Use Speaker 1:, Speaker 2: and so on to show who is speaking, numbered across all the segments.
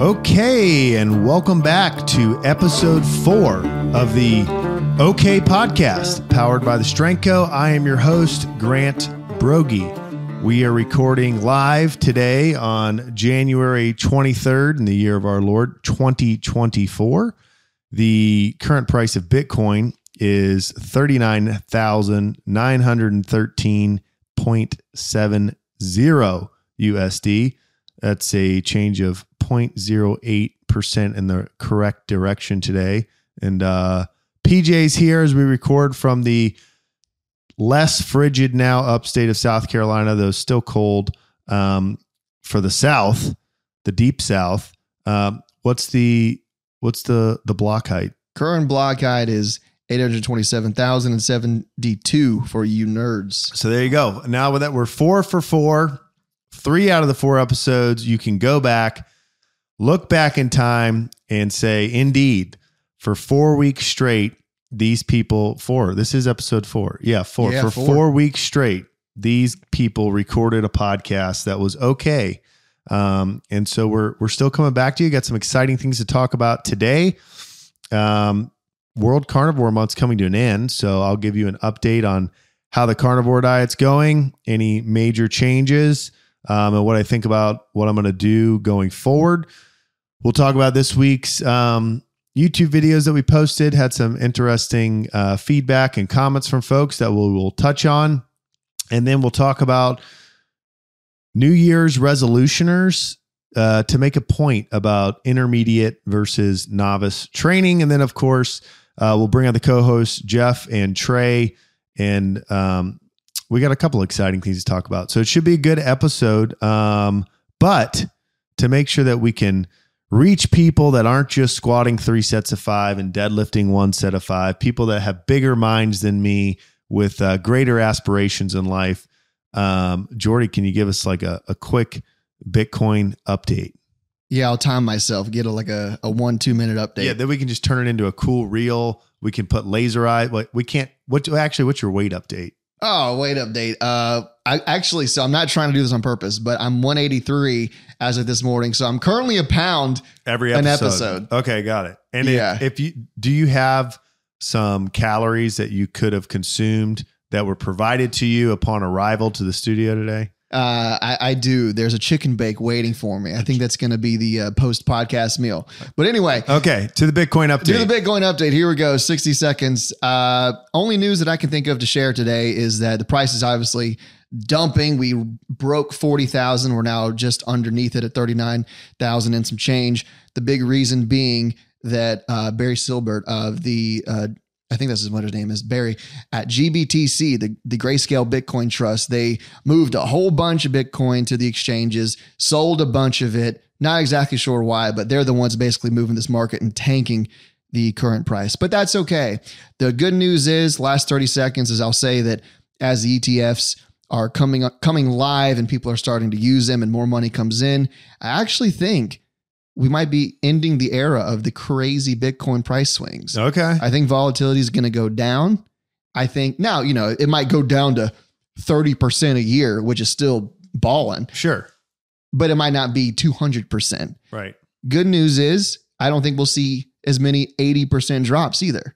Speaker 1: Okay, and welcome back to episode four of the OK Podcast, powered by the Strength Co. I am your host, Grant Brogy. We are recording live today on January 23rd in the year of our Lord 2024. The current price of Bitcoin is 39,913.70 USD. That's a change of 0.08% in the correct direction today. And uh, PJ's here as we record from the less frigid now upstate of South Carolina, though still cold um, for the South, the deep South. Um, what's the what's the the block height?
Speaker 2: Current block height is 827,072 for you nerds.
Speaker 1: So there you go. Now with that, we're four for four. Three out of the four episodes, you can go back, look back in time, and say, indeed, for four weeks straight, these people, four, this is episode four. Yeah, four.
Speaker 2: Yeah,
Speaker 1: for
Speaker 2: four.
Speaker 1: four weeks straight, these people recorded a podcast that was okay. Um, and so we're we're still coming back to you. Got some exciting things to talk about today. Um, World Carnivore Month's coming to an end, so I'll give you an update on how the carnivore diet's going, any major changes, um, and what I think about what I'm going to do going forward. We'll talk about this week's um, YouTube videos that we posted. Had some interesting uh, feedback and comments from folks that we'll, we'll touch on, and then we'll talk about New Year's resolutioners uh, to make a point about intermediate versus novice training. And then, of course, uh, we'll bring on the co hosts, Jeff and Trey. And um, we got a couple exciting things to talk about. So it should be a good episode. Um, but to make sure that we can reach people that aren't just squatting three sets of five and deadlifting one set of five, people that have bigger minds than me with uh, greater aspirations in life. Um, Jordy, can you give us like a, a quick Bitcoin update.
Speaker 2: Yeah, I'll time myself, get a, like a, a one, two minute update.
Speaker 1: Yeah, then we can just turn it into a cool reel. We can put laser eye. Like we can't. What actually? What's your weight update?
Speaker 2: Oh, wait, update. Uh, I actually, so I'm not trying to do this on purpose, but I'm 183 as of this morning. So I'm currently a pound.
Speaker 1: Every
Speaker 2: An
Speaker 1: episode.
Speaker 2: episode.
Speaker 1: Okay, got it. And if-
Speaker 2: Yeah.
Speaker 1: if, you do, you have some calories that you could have consumed that were provided to you upon arrival to the studio today.
Speaker 2: Uh, I, I do. There's a chicken bake waiting for me. I think that's going to be the uh, post podcast meal. But anyway,
Speaker 1: Okay, to the Bitcoin update.
Speaker 2: Do the Bitcoin update. Here we go. 60 seconds. Uh, only news that I can think of to share today is that the price is obviously dumping. We broke 40,000. We're now just underneath it at 39,000 and some change. The big reason being that uh, Barry Silbert of the, uh, I think this is what his name is, Barry, at GBTC, the, the Grayscale Bitcoin Trust, they moved a whole bunch of Bitcoin to the exchanges, sold a bunch of it. Not exactly sure why, but they're the ones basically moving this market and tanking the current price. But that's okay. The good news is, last 30 seconds is I'll say that as the ETFs are coming coming live and people are starting to use them and more money comes in, I actually think we might be ending the era of the crazy Bitcoin price swings.
Speaker 1: okay.
Speaker 2: I think volatility is going to go down. I think now, you know, it might go down to 30% a year, which is still balling,
Speaker 1: Sure.
Speaker 2: but it might not be 200%.
Speaker 1: Right.
Speaker 2: Good news is, I don't think we'll see as many 80% drops either.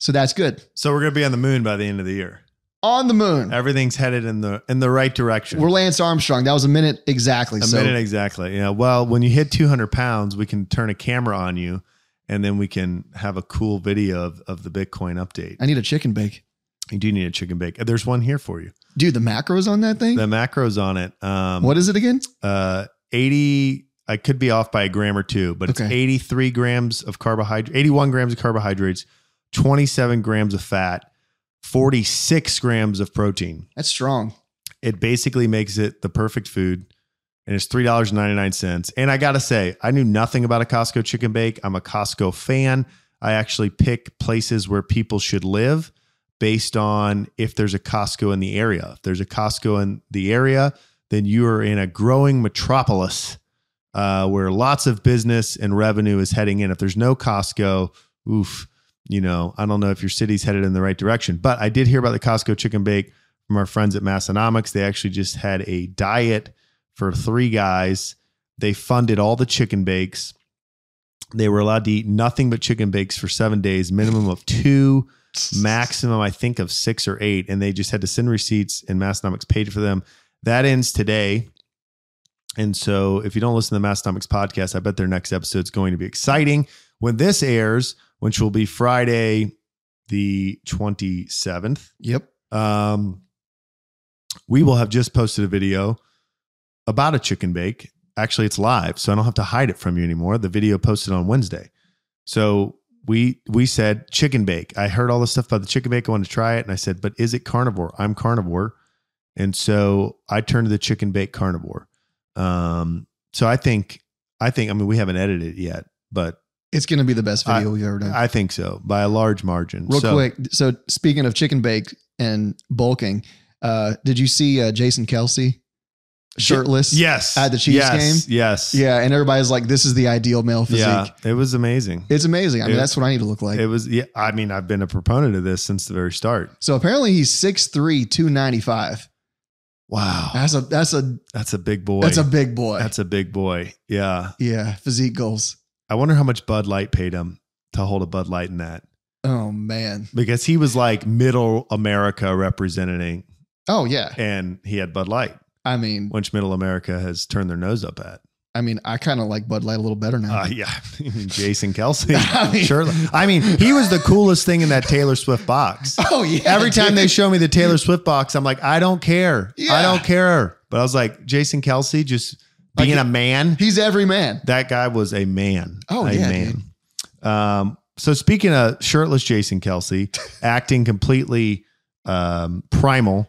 Speaker 2: So that's good.
Speaker 1: So we're gonna be on the moon by the end of the year.
Speaker 2: On the moon,
Speaker 1: Everything's headed in the in the right direction.
Speaker 2: we're Lance Armstrong. That was a minute exactly.
Speaker 1: A
Speaker 2: so
Speaker 1: minute exactly. Yeah. Well, when you hit 200 pounds, we can turn a camera on you, and then we can have a cool video of, of the Bitcoin update.
Speaker 2: I need a chicken bake.
Speaker 1: You do need a chicken bake. There's one here for you.
Speaker 2: Dude, the macros on that thing?
Speaker 1: The macros on it. Um,
Speaker 2: what is it again?
Speaker 1: Uh, 80. I could be off by a gram or two, but it's
Speaker 2: Okay.
Speaker 1: 83 grams of carbohydrate, 81 grams of carbohydrates, 27 grams of fat, 46 grams of protein.
Speaker 2: That's strong.
Speaker 1: it basically makes it the perfect food and it's $3.99 and i gotta say i knew nothing about a costco chicken bake i'm a costco fan i actually pick places where people should live based on if there's a costco in the area if there's a costco in the area then you are in a growing metropolis uh, where lots of business and revenue is heading in if there's no costco oof you know i don't know if your city's headed in the right direction but i did hear about the costco chicken bake from our friends at Massonomics. They actually just had a diet for three guys They funded all the chicken bakes. They were allowed to eat nothing but chicken bakes for seven days, minimum of two maximum I think of six or eight, and they just had to send receipts, and Massonomics paid for them. That ends today, and so if you don't listen to the Massonomics podcast, I bet their next episode is going to be exciting when this airs, which will be Friday, the twenty seventh.
Speaker 2: Yep.
Speaker 1: Um, we will have just posted a video about a chicken bake. Actually, it's live, so I don't have to hide it from you anymore. The video posted on Wednesday. So we we said chicken bake. I heard all this stuff about the chicken bake. I wanted to try it, and I said, but is it carnivore? I'm carnivore, and so I turned to the chicken bake carnivore. Um, so I think I think I mean we haven't edited it yet, but
Speaker 2: It's going to be the best video we've ever done.
Speaker 1: I think so by a large margin.
Speaker 2: Real
Speaker 1: so,
Speaker 2: quick. So speaking of chicken bake and bulking, uh, did you see uh, Jason Kelsey shirtless?
Speaker 1: Yes,
Speaker 2: At the Chiefs
Speaker 1: yes, Yes,
Speaker 2: Yeah. And everybody's like, this is the ideal male physique.
Speaker 1: Yeah, it was amazing.
Speaker 2: It's amazing. I mean,
Speaker 1: It-
Speaker 2: that's what I need to look like.
Speaker 1: It was, yeah. I mean, I've been a proponent of this since the very start.
Speaker 2: so apparently he's 6'3", 295.
Speaker 1: Wow,
Speaker 2: That's a, that's a,
Speaker 1: that's a big boy.
Speaker 2: that's a big boy.
Speaker 1: that's a big boy. Yeah,
Speaker 2: yeah. Physique goals.
Speaker 1: I wonder how much Bud Light paid him to hold a Bud Light in that
Speaker 2: Oh man.
Speaker 1: because he was like middle America representing,
Speaker 2: Oh yeah.
Speaker 1: and he had Bud Light,
Speaker 2: I mean,
Speaker 1: which middle America has turned their nose up at.
Speaker 2: I mean, I kind of like Bud Light a little better now.
Speaker 1: Uh, yeah, Jason Kelsey.
Speaker 2: I mean-
Speaker 1: Sure. I mean, he was the coolest thing in that Taylor Swift box.
Speaker 2: oh yeah.
Speaker 1: Every time
Speaker 2: dude.
Speaker 1: they show me the Taylor Swift box, I'm like, I don't care. I
Speaker 2: Yeah.
Speaker 1: don't care. But I was like, Jason Kelsey just
Speaker 2: Like
Speaker 1: being
Speaker 2: he-
Speaker 1: a man.
Speaker 2: he's every man.
Speaker 1: That guy was a man.
Speaker 2: Oh,
Speaker 1: a
Speaker 2: yeah,
Speaker 1: man. Um, so speaking of shirtless Jason Kelsey, acting completely um, primal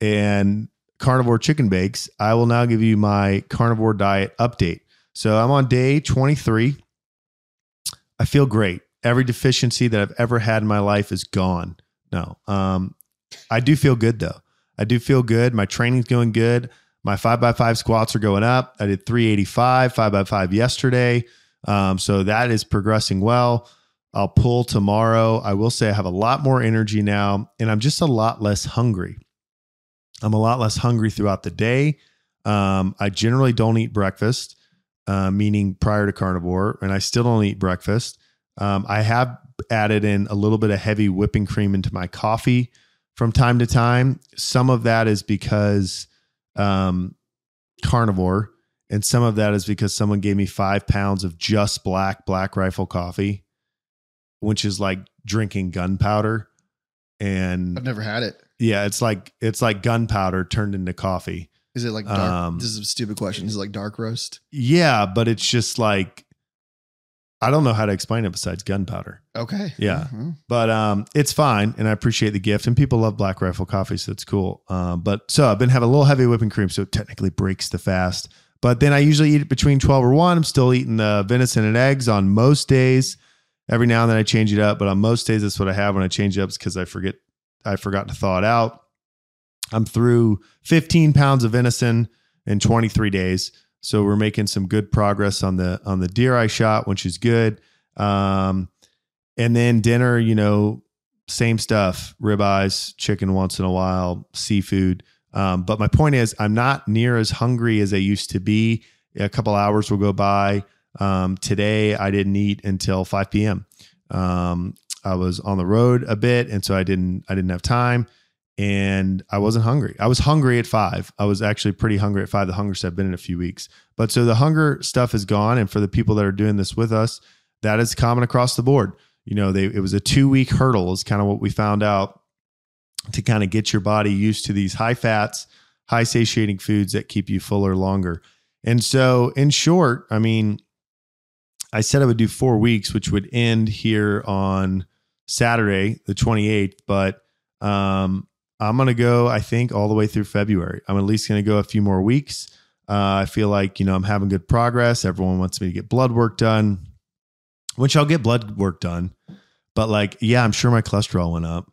Speaker 1: and carnivore chicken bakes, I will now give you my carnivore diet update. So I'm on day 23. I feel great. Every deficiency that I've ever had in my life is gone. No, um, I do feel good though. I do feel good. My training's going good. My five by five squats are going up. I did 385, five by five yesterday. Um, so that is progressing well. I'll pull tomorrow. I will say I have a lot more energy now and I'm just a lot less hungry. I'm a lot less hungry throughout the day. Um, I generally don't eat breakfast, uh, meaning prior to carnivore, and I still don't eat breakfast. Um, I have added in a little bit of heavy whipping cream into my coffee from time to time. Some of that is because um, carnivore, and some of that is because someone gave me five pounds of just black black rifle coffee, which is like drinking gunpowder. And
Speaker 2: I've never had it.
Speaker 1: yeah, it's like it's like gunpowder turned into coffee.
Speaker 2: Is it like dark?
Speaker 1: Um,
Speaker 2: this is a stupid question. Is it like dark roast?
Speaker 1: Yeah, but it's just like I don't know how to explain it besides gunpowder.
Speaker 2: Okay.
Speaker 1: Yeah.
Speaker 2: Mhm.
Speaker 1: But um it's fine and I appreciate the gift and people love Black Rifle coffee so it's cool. Um but so I've been having a little heavy whipping cream so it technically breaks the fast. But then I usually eat it between 12 or 1. I'm still eating the venison and eggs on most days. Every now and then I change it up, but on most days that's what I have when I change it up because I forget I forgot to thaw it out. I'm through 15 pounds of venison in 23 days. So we're making some good progress on the on the deer I shot, which is good. Um, and then dinner, you know, same stuff: ribeyes, chicken once in a while, seafood. Um, but my point is, I'm not near as hungry as I used to be. A couple hours will go by. Um, today, I didn't eat until 5 p.m. Um, I was on the road a bit, and so I didn't I didn't have time, and I wasn't hungry. I was hungry at five. I was actually pretty hungry at five. The hungriest I've been in a few weeks. But so the hunger stuff is gone, and for the people that are doing this with us, that is common across the board. You know, they it was a two week hurdle is kind of what we found out to kind of get your body used to these high fats, high satiating foods that keep you fuller longer. And so, in short, I mean, I said I would do four weeks, which would end here on Saturday, the 28th, but um, I'm going to go, I think, all the way through February. I'm at least going to go a few more weeks. Uh, I feel like, you know, I'm having good progress. Everyone wants me to get blood work done, which I'll get blood work done. But like, yeah, I'm sure my cholesterol went up,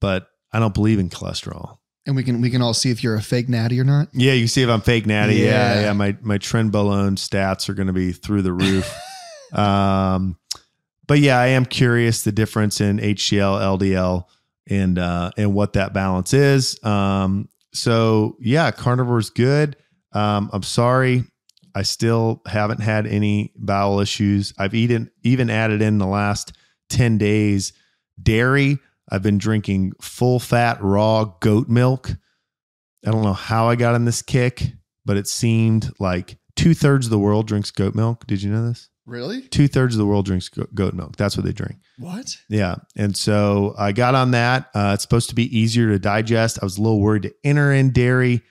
Speaker 1: but I don't believe in cholesterol.
Speaker 2: And we can we can all see if you're a fake natty or not.
Speaker 1: Yeah, you can see if I'm fake natty. Yeah, yeah.
Speaker 2: Yeah.
Speaker 1: my my trend balloon stats are going to be through the roof. um, but yeah, I am curious the difference in HDL, LDL, and uh, and what that balance is. Um, so yeah, carnivore's good. Um, I'm sorry. I still haven't had any bowel issues. I've even even added in the last 10 days dairy. I've been drinking full fat raw goat milk. I don't know how I got on this kick, but it seemed like two thirds of the world drinks goat milk. Did you know this?
Speaker 2: Really?
Speaker 1: Two thirds of the world drinks go- goat milk. That's what they drink.
Speaker 2: What?
Speaker 1: Yeah. And so I got on that. Uh, it's supposed to be easier to digest. I was a little worried to enter in dairy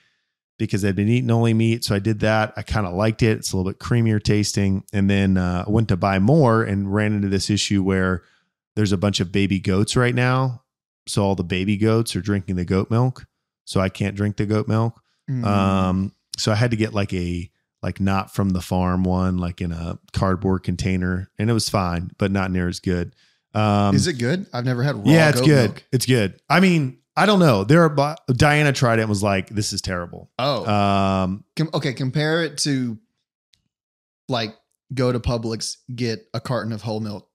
Speaker 1: because I'd been eating only meat. So I did that. I kind of liked it. It's a little bit creamier tasting. And then uh, I went to buy more and ran into this issue where there's a bunch of baby goats right now. So all the baby goats are drinking the goat milk. So I can't drink the goat milk.
Speaker 2: Mm.
Speaker 1: Um, so I had to get like a like not from the farm one, like in a cardboard container, and it was fine, but not near as good. Um,
Speaker 2: Is it good? I've never had raw.
Speaker 1: yeah, it's
Speaker 2: goat
Speaker 1: good.
Speaker 2: milk.
Speaker 1: It's good. I mean, I don't know. There are bu- Diana tried it and was like, "This is terrible."
Speaker 2: Oh,
Speaker 1: Um,
Speaker 2: Com- okay. Compare it to like go to Publix, get a carton of whole milk.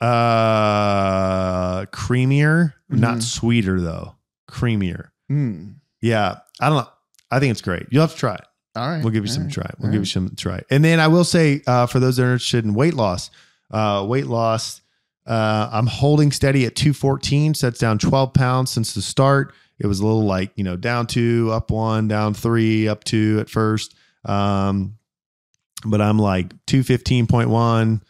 Speaker 1: uh, creamier, not
Speaker 2: Mhm.
Speaker 1: sweeter though. Creamier.
Speaker 2: Mm.
Speaker 1: Yeah, I don't know. I think it's great. You'll have to try it.
Speaker 2: All right.
Speaker 1: We'll give you
Speaker 2: all
Speaker 1: some
Speaker 2: right,
Speaker 1: try.
Speaker 2: all
Speaker 1: We'll give you some try. And then I will say, uh, for those that are interested in weight loss, uh, weight loss, uh, I'm holding steady at 214. So that's down 12 pounds since the start. It was a little like, you know, down two, up one, down three, up two at first. Um, but I'm like 215.1,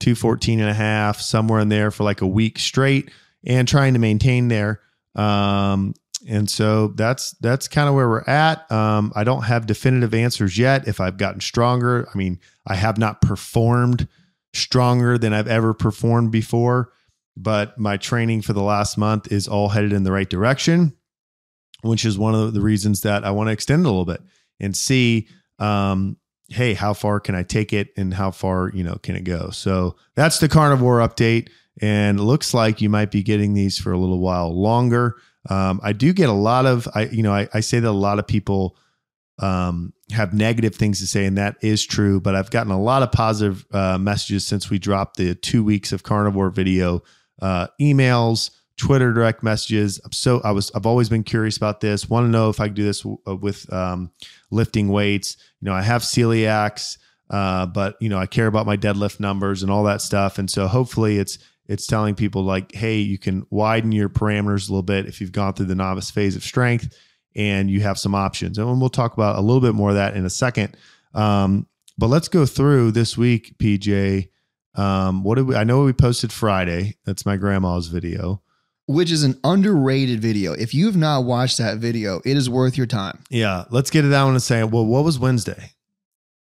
Speaker 1: 214 and a half, somewhere in there for like a week straight and trying to maintain there. Um, and so that's that's kind of where we're at. Um, I don't have definitive answers yet. If I've gotten stronger, I mean, I have not performed stronger than I've ever performed before. But my training for the last month is all headed in the right direction, which is one of the reasons that I want to extend it a little bit and see, um, hey, how far can I take it and how far you know can it go? So that's the carnivore update, and it looks like you might be getting these for a little while longer. Um, I do get a lot of, I you know, I, I say that a lot of people um, have negative things to say, and that is true. But I've gotten a lot of positive uh, messages since we dropped the two weeks of carnivore video, uh, emails, Twitter direct messages. I'm so I was I've always been curious about this. Want to know if I could do this w- uh, with um, lifting weights. You know, I have celiacs. Uh, but you know, I care about my deadlift numbers and all that stuff, and so hopefully, it's it's telling people like hey you can widen your parameters a little bit if you've gone through the novice phase of strength and you have some options and we'll talk about a little bit more of that in a second um, but let's go through this week pj um, what did we i know we posted friday that's my grandma's video
Speaker 2: Which is an underrated video. If you have not watched that video, it is worth your time.
Speaker 1: yeah let's get it down and say well what was wednesday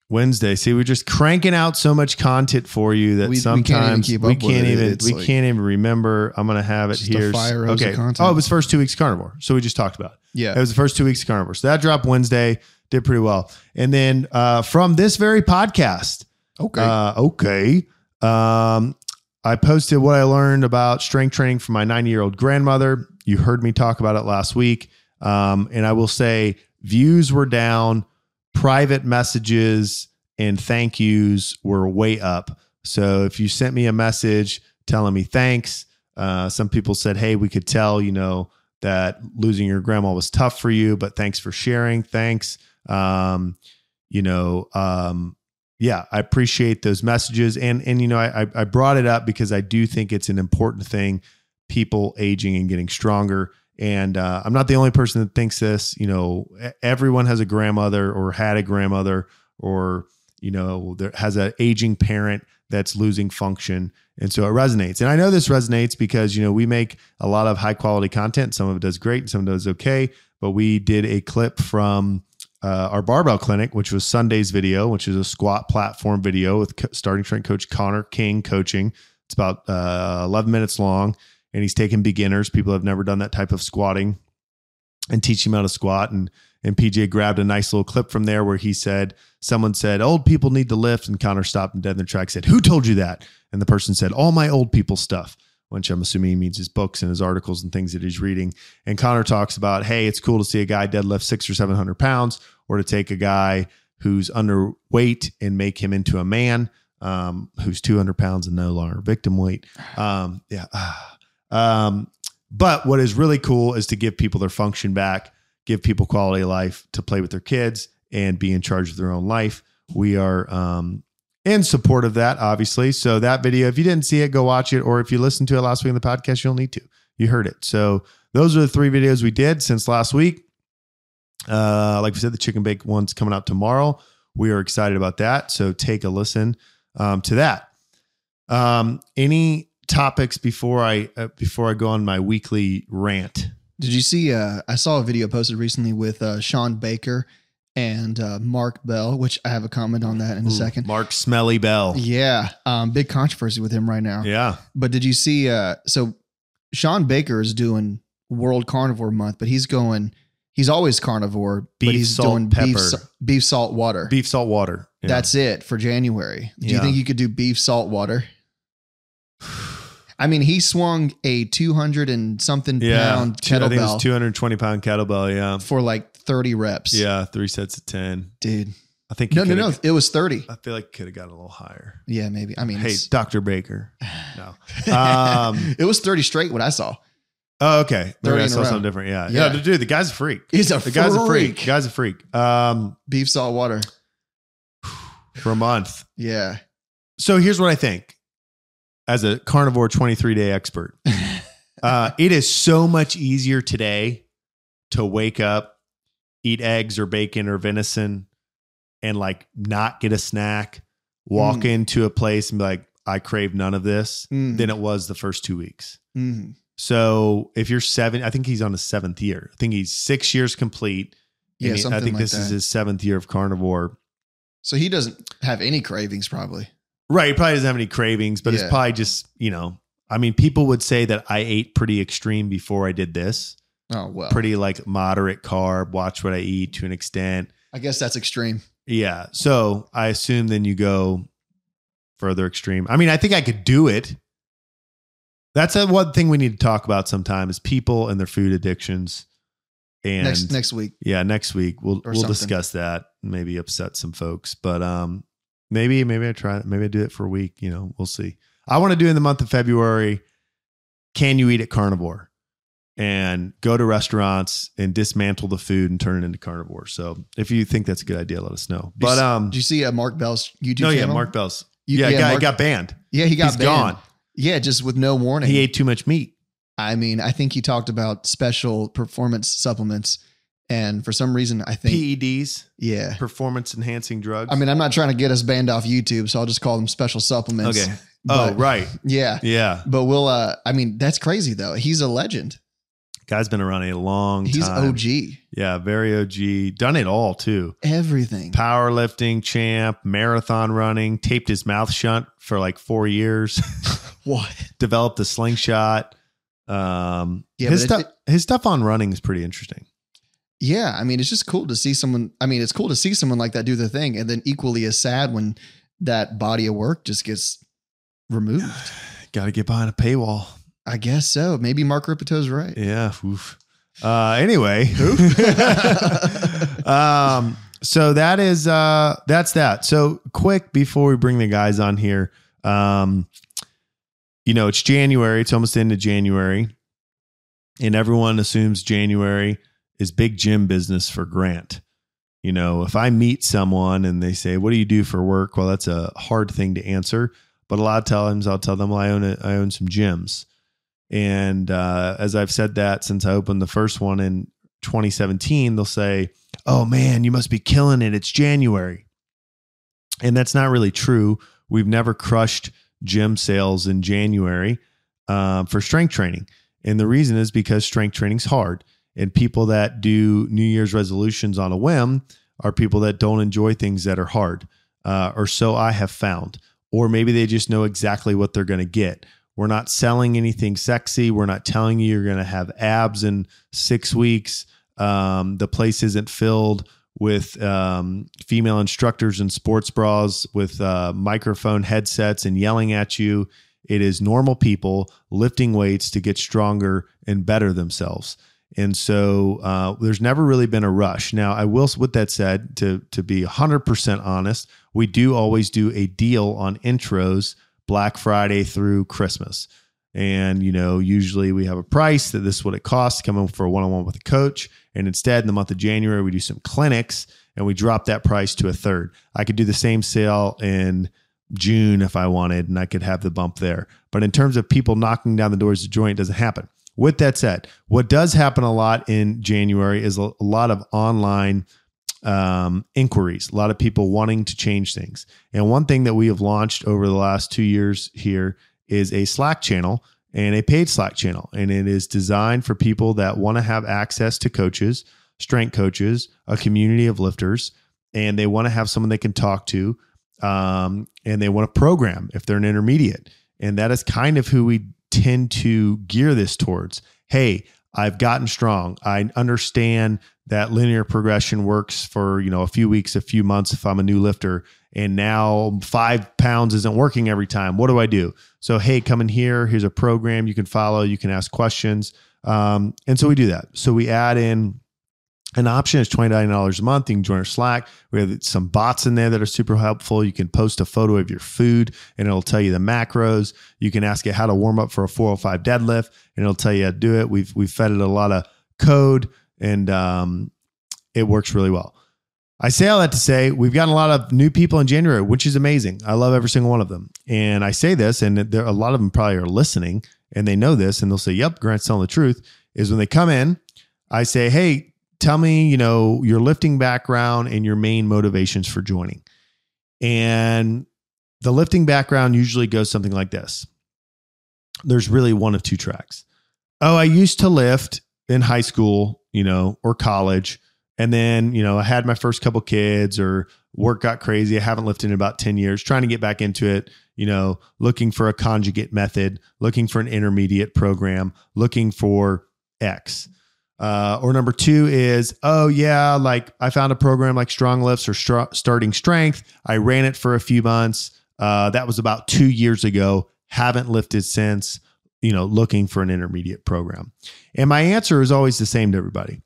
Speaker 1: Wednesday. See, we're just cranking out so much content for you that
Speaker 2: We- we can't even
Speaker 1: sometimes we
Speaker 2: keep
Speaker 1: can't even,
Speaker 2: up with
Speaker 1: we can't
Speaker 2: it.
Speaker 1: even,
Speaker 2: It's like-
Speaker 1: remember. I'm gonna have it
Speaker 2: Just a
Speaker 1: here.
Speaker 2: fire hose of content.
Speaker 1: Oh, it was first two weeks of carnivore. So we just talked about. It. It
Speaker 2: Yeah.
Speaker 1: was the first two weeks of Carnivore. So that dropped Wednesday, did pretty well. And then uh, from this very podcast,
Speaker 2: Okay.
Speaker 1: uh, okay, um, I posted what I learned about strength training from my 90 year old grandmother. You heard me talk about it last week. Um, and I will say views were down, private messages and thank yous were way up. So if you sent me a message telling me thanks, uh, some people said, hey, we could tell, you know, that losing your grandma was tough for you, but thanks for sharing. Thanks. Um, you know, um, yeah, I appreciate those messages. And, and, you know, I, I- I brought it up because I do think it's an important thing, people aging and getting stronger. And uh, I'm not the only person that thinks this, you know, e- everyone has a grandmother or had a grandmother or, you know, there has an aging parent that's losing function. And so it resonates. And I know this resonates because, you know, we make a lot of high quality content. Some of it does great and some does okay. But we did a clip from uh, our barbell clinic, which was Sunday's video, which is a squat platform video with co- starting strength coach Connor King coaching. It's about uh, 11 minutes long and he's taking beginners, people who have never done that type of squatting and teaching them how to squat. And, and PJ grabbed a nice little clip from there where he said, someone said, old people need to lift. And Connor stopped and dead in their tracks said, who told you that? And the person said, all my old people stuff, which I'm assuming he means his books and his articles and things that he's reading. And Connor talks about, hey, it's cool to see a guy deadlift six or 700 pounds or to take a guy who's underweight and make him into a man um, who's 200 pounds and no longer victim weight. Um, yeah. ah. Um, but what is really cool is to give people their function back, give people quality of life to play with their kids and be in charge of their own life we are um, in support of that, obviously. So that video, if you didn't see it, go watch it. Or if you listened to it last week in the podcast, you'll need to. You heard it. So those are the three videos we did since last week. Uh, like we said, the chicken bake one's coming out tomorrow. We are excited about that. So take a listen um, to that. Um, any topics before I uh, before I go on my weekly rant?
Speaker 2: Did you see? Uh, I saw a video posted recently with uh, Sean Baker and uh, Mark Bell, which I have a comment on that in a
Speaker 1: Ooh,
Speaker 2: second.
Speaker 1: Mark Smelly Bell.
Speaker 2: Yeah, um, big controversy with him right now.
Speaker 1: Yeah.
Speaker 2: But did you see? Uh, so Sean Baker is doing World Carnivore Month, but he's going. He's always carnivore,
Speaker 1: Beef,
Speaker 2: but he's
Speaker 1: salt,
Speaker 2: doing
Speaker 1: pepper.
Speaker 2: beef, sa- beef salt water.
Speaker 1: Beef salt water. Yeah.
Speaker 2: That's it for January. Do
Speaker 1: Yeah.
Speaker 2: you think you could do beef salt water? I mean, he swung a two hundred and something
Speaker 1: yeah.
Speaker 2: pound
Speaker 1: Two- I think it
Speaker 2: kettlebell
Speaker 1: was 220 pound kettlebell. Yeah.
Speaker 2: for like thirty reps.
Speaker 1: Yeah. Three sets of 10.
Speaker 2: dude.
Speaker 1: I think, he
Speaker 2: No, no,
Speaker 1: coulda-
Speaker 2: no. It was thirty.
Speaker 1: I feel like could have got a little higher.
Speaker 2: Yeah, maybe. I mean,
Speaker 1: Hey,
Speaker 2: it's-
Speaker 1: Dr. Baker. No. Um,
Speaker 2: it was thirty straight. What I saw.
Speaker 1: Oh, okay. Maybe
Speaker 2: 30
Speaker 1: I
Speaker 2: in a
Speaker 1: saw
Speaker 2: row.
Speaker 1: something different. Yeah. yeah.
Speaker 2: Yeah.
Speaker 1: Dude, the guy's a freak.
Speaker 2: He's a
Speaker 1: The guy's a freak.
Speaker 2: freak.
Speaker 1: guy's a freak. Um,
Speaker 2: Beef salt water.
Speaker 1: for a month.
Speaker 2: Yeah.
Speaker 1: So here's what I think as a carnivore 23 day expert.
Speaker 2: Mm-hmm.
Speaker 1: uh, it is so much easier today to wake up, eat eggs or bacon or venison, and like not get a snack, walk
Speaker 2: Mm.
Speaker 1: into a place and be like, I crave none of this
Speaker 2: Mm,
Speaker 1: than it was the first two weeks.
Speaker 2: mm.
Speaker 1: So if you're seven, I think he's on his seventh year. I think he's six years complete.
Speaker 2: Yeah,
Speaker 1: And he- I
Speaker 2: something
Speaker 1: think
Speaker 2: like
Speaker 1: this is
Speaker 2: that.
Speaker 1: his seventh year of carnivore.
Speaker 2: So he doesn't have any cravings, probably.
Speaker 1: Right. He probably doesn't have any cravings, but it's
Speaker 2: Yeah.
Speaker 1: probably just, you know, I mean, people would say that I ate pretty extreme before I did this.
Speaker 2: Oh well.
Speaker 1: Pretty like moderate carb, watch what I eat to an extent.
Speaker 2: I guess that's extreme.
Speaker 1: Yeah. So I assume then you go further extreme. I mean, I think I could do it. That's a one thing we need to talk about sometime is people and their food addictions. And
Speaker 2: next next week.
Speaker 1: yeah, next week we'll
Speaker 2: Or
Speaker 1: we'll
Speaker 2: something.
Speaker 1: discuss that. Maybe upset some folks, but um, maybe maybe I try. Maybe I do it for a week. You know, we'll see. I want to do in the month of February. Can you eat at carnivore? And go to restaurants and dismantle the food and turn it into carnivore. So if you think that's a good idea, let us know.
Speaker 2: Do you
Speaker 1: But
Speaker 2: s-
Speaker 1: um,
Speaker 2: Did you see uh, Mark Bell's YouTube
Speaker 1: no, Oh, yeah,
Speaker 2: channel?
Speaker 1: Mark Bell's.
Speaker 2: You-
Speaker 1: yeah, guy
Speaker 2: Mark-
Speaker 1: got banned.
Speaker 2: yeah, he got
Speaker 1: He's
Speaker 2: banned.
Speaker 1: gone.
Speaker 2: Yeah, just with no warning.
Speaker 1: He ate too much meat.
Speaker 2: I mean, I think he talked about special performance supplements, and for some reason, I think
Speaker 1: PEDs,
Speaker 2: yeah.
Speaker 1: performance enhancing E drugs.
Speaker 2: I mean, I'm not trying to get us banned off YouTube, so I'll just call them special supplements.
Speaker 1: okay.
Speaker 2: But-
Speaker 1: oh, right.
Speaker 2: Yeah.
Speaker 1: Yeah,
Speaker 2: But we'll. Uh, I mean, that's crazy though. He's a legend.
Speaker 1: guy's been around a long
Speaker 2: He's
Speaker 1: time.
Speaker 2: OG.
Speaker 1: Yeah, very OG. Done it all too.
Speaker 2: Everything.
Speaker 1: Powerlifting champ, marathon running, taped his mouth shut for like four years,
Speaker 2: What?
Speaker 1: developed a slingshot. Um,
Speaker 2: Yeah,
Speaker 1: his
Speaker 2: but it-
Speaker 1: stuff, his stuff on running is pretty interesting.
Speaker 2: Yeah, I mean, it's just cool to see someone. I mean, it's cool to see someone like that do the thing, and then equally as sad when that body of work just gets removed.
Speaker 1: Got to get behind a paywall.
Speaker 2: I guess so. Maybe Mark Ripito's right.
Speaker 1: Yeah. Oof. Uh, anyway,
Speaker 2: Oof.
Speaker 1: um, so that is uh, that's that. So quick before we bring the guys on here, um, you know it's January. It's almost the end of January, and everyone assumes January is big gym business for Grant. You know, if I meet someone and they say, "What do you do for work?" Well, that's a hard thing to answer. But a lot of times, I'll tell them, well, "I own a, I own some gyms." And uh, as I've said that since I opened the first one in 2017, they'll say, Oh man, you must be killing it. It's January. And that's not really true. We've never crushed gym sales in January um, for strength training. And the reason is because strength training's hard. And people that do New Year's resolutions on a whim are people that don't enjoy things that are hard, uh, or so I have found. Or maybe they just know exactly what they're going to get. We're not selling anything sexy. We're not telling you you're going to have abs in six weeks. Um, the place isn't filled with um, female instructors in sports bras with uh, microphone headsets and yelling at you. It is normal people lifting weights to get stronger and better themselves. And so uh, there's never really been a rush. Now, I will, with that said, to, to be 100% honest, we do always do a deal on intros Black Friday through Christmas. And, you know, usually we have a price that this is what it costs to come in for a one on one with a coach. And instead, in the month of January, we do some clinics and we dropped that price to a third. I could do the same sale in June if I wanted, and I could have the bump there. But in terms of people knocking down the doors to join, it doesn't happen. With that said, what does happen a lot in January is a a lot of online um, inquiries, a lot of people wanting to change things. And one thing that we have launched over the last two years here is a Slack channel and a paid Slack channel. And it is designed for people that want to have access to coaches, strength coaches, a community of lifters, and they want to have someone they can talk to. Um, and they want to program if they're an intermediate. And that is kind of who we tend to gear this towards. Hey, I've gotten strong. I understand that linear progression works for, you know, a few weeks, a few months if I'm a new lifter. And now five pounds isn't working every time. What do I do? So, hey, come in here. Here's a program you can follow. You can ask questions. Um, and so we do that. So we add in an option is $29 a month. You can join our Slack. We have some bots in there that are super helpful. You can post a photo of your food and it'll tell you the macros. You can ask it how to warm up for a 405 deadlift and it'll tell you how to do it. We've, we've fed it a lot of code and um, it works really well. I say all that to say we've gotten a lot of new people in January, which is amazing. I love every single one of them. And I say this, and there a lot of them probably are listening and they know this and they'll say, Yep, Grant's telling the truth. Is when they come in, I say, Hey, tell me, you know, your lifting background and your main motivations for joining. And the lifting background usually goes something like this. There's really one of two tracks. Oh, I used to lift in high school, you know, or college. And then, you know, I had my first couple kids or work got crazy. I haven't lifted in about 10 years, trying to get back into it, you know, looking for a conjugate method, looking for an intermediate program, looking for X. Uh, or number two is, oh, yeah, like I found a program like Strong Lifts or Str- Starting Strength. I ran it for a few months. Uh, that was about two years ago. Haven't lifted since, you know, looking for an intermediate program. And my answer is always the same to everybody.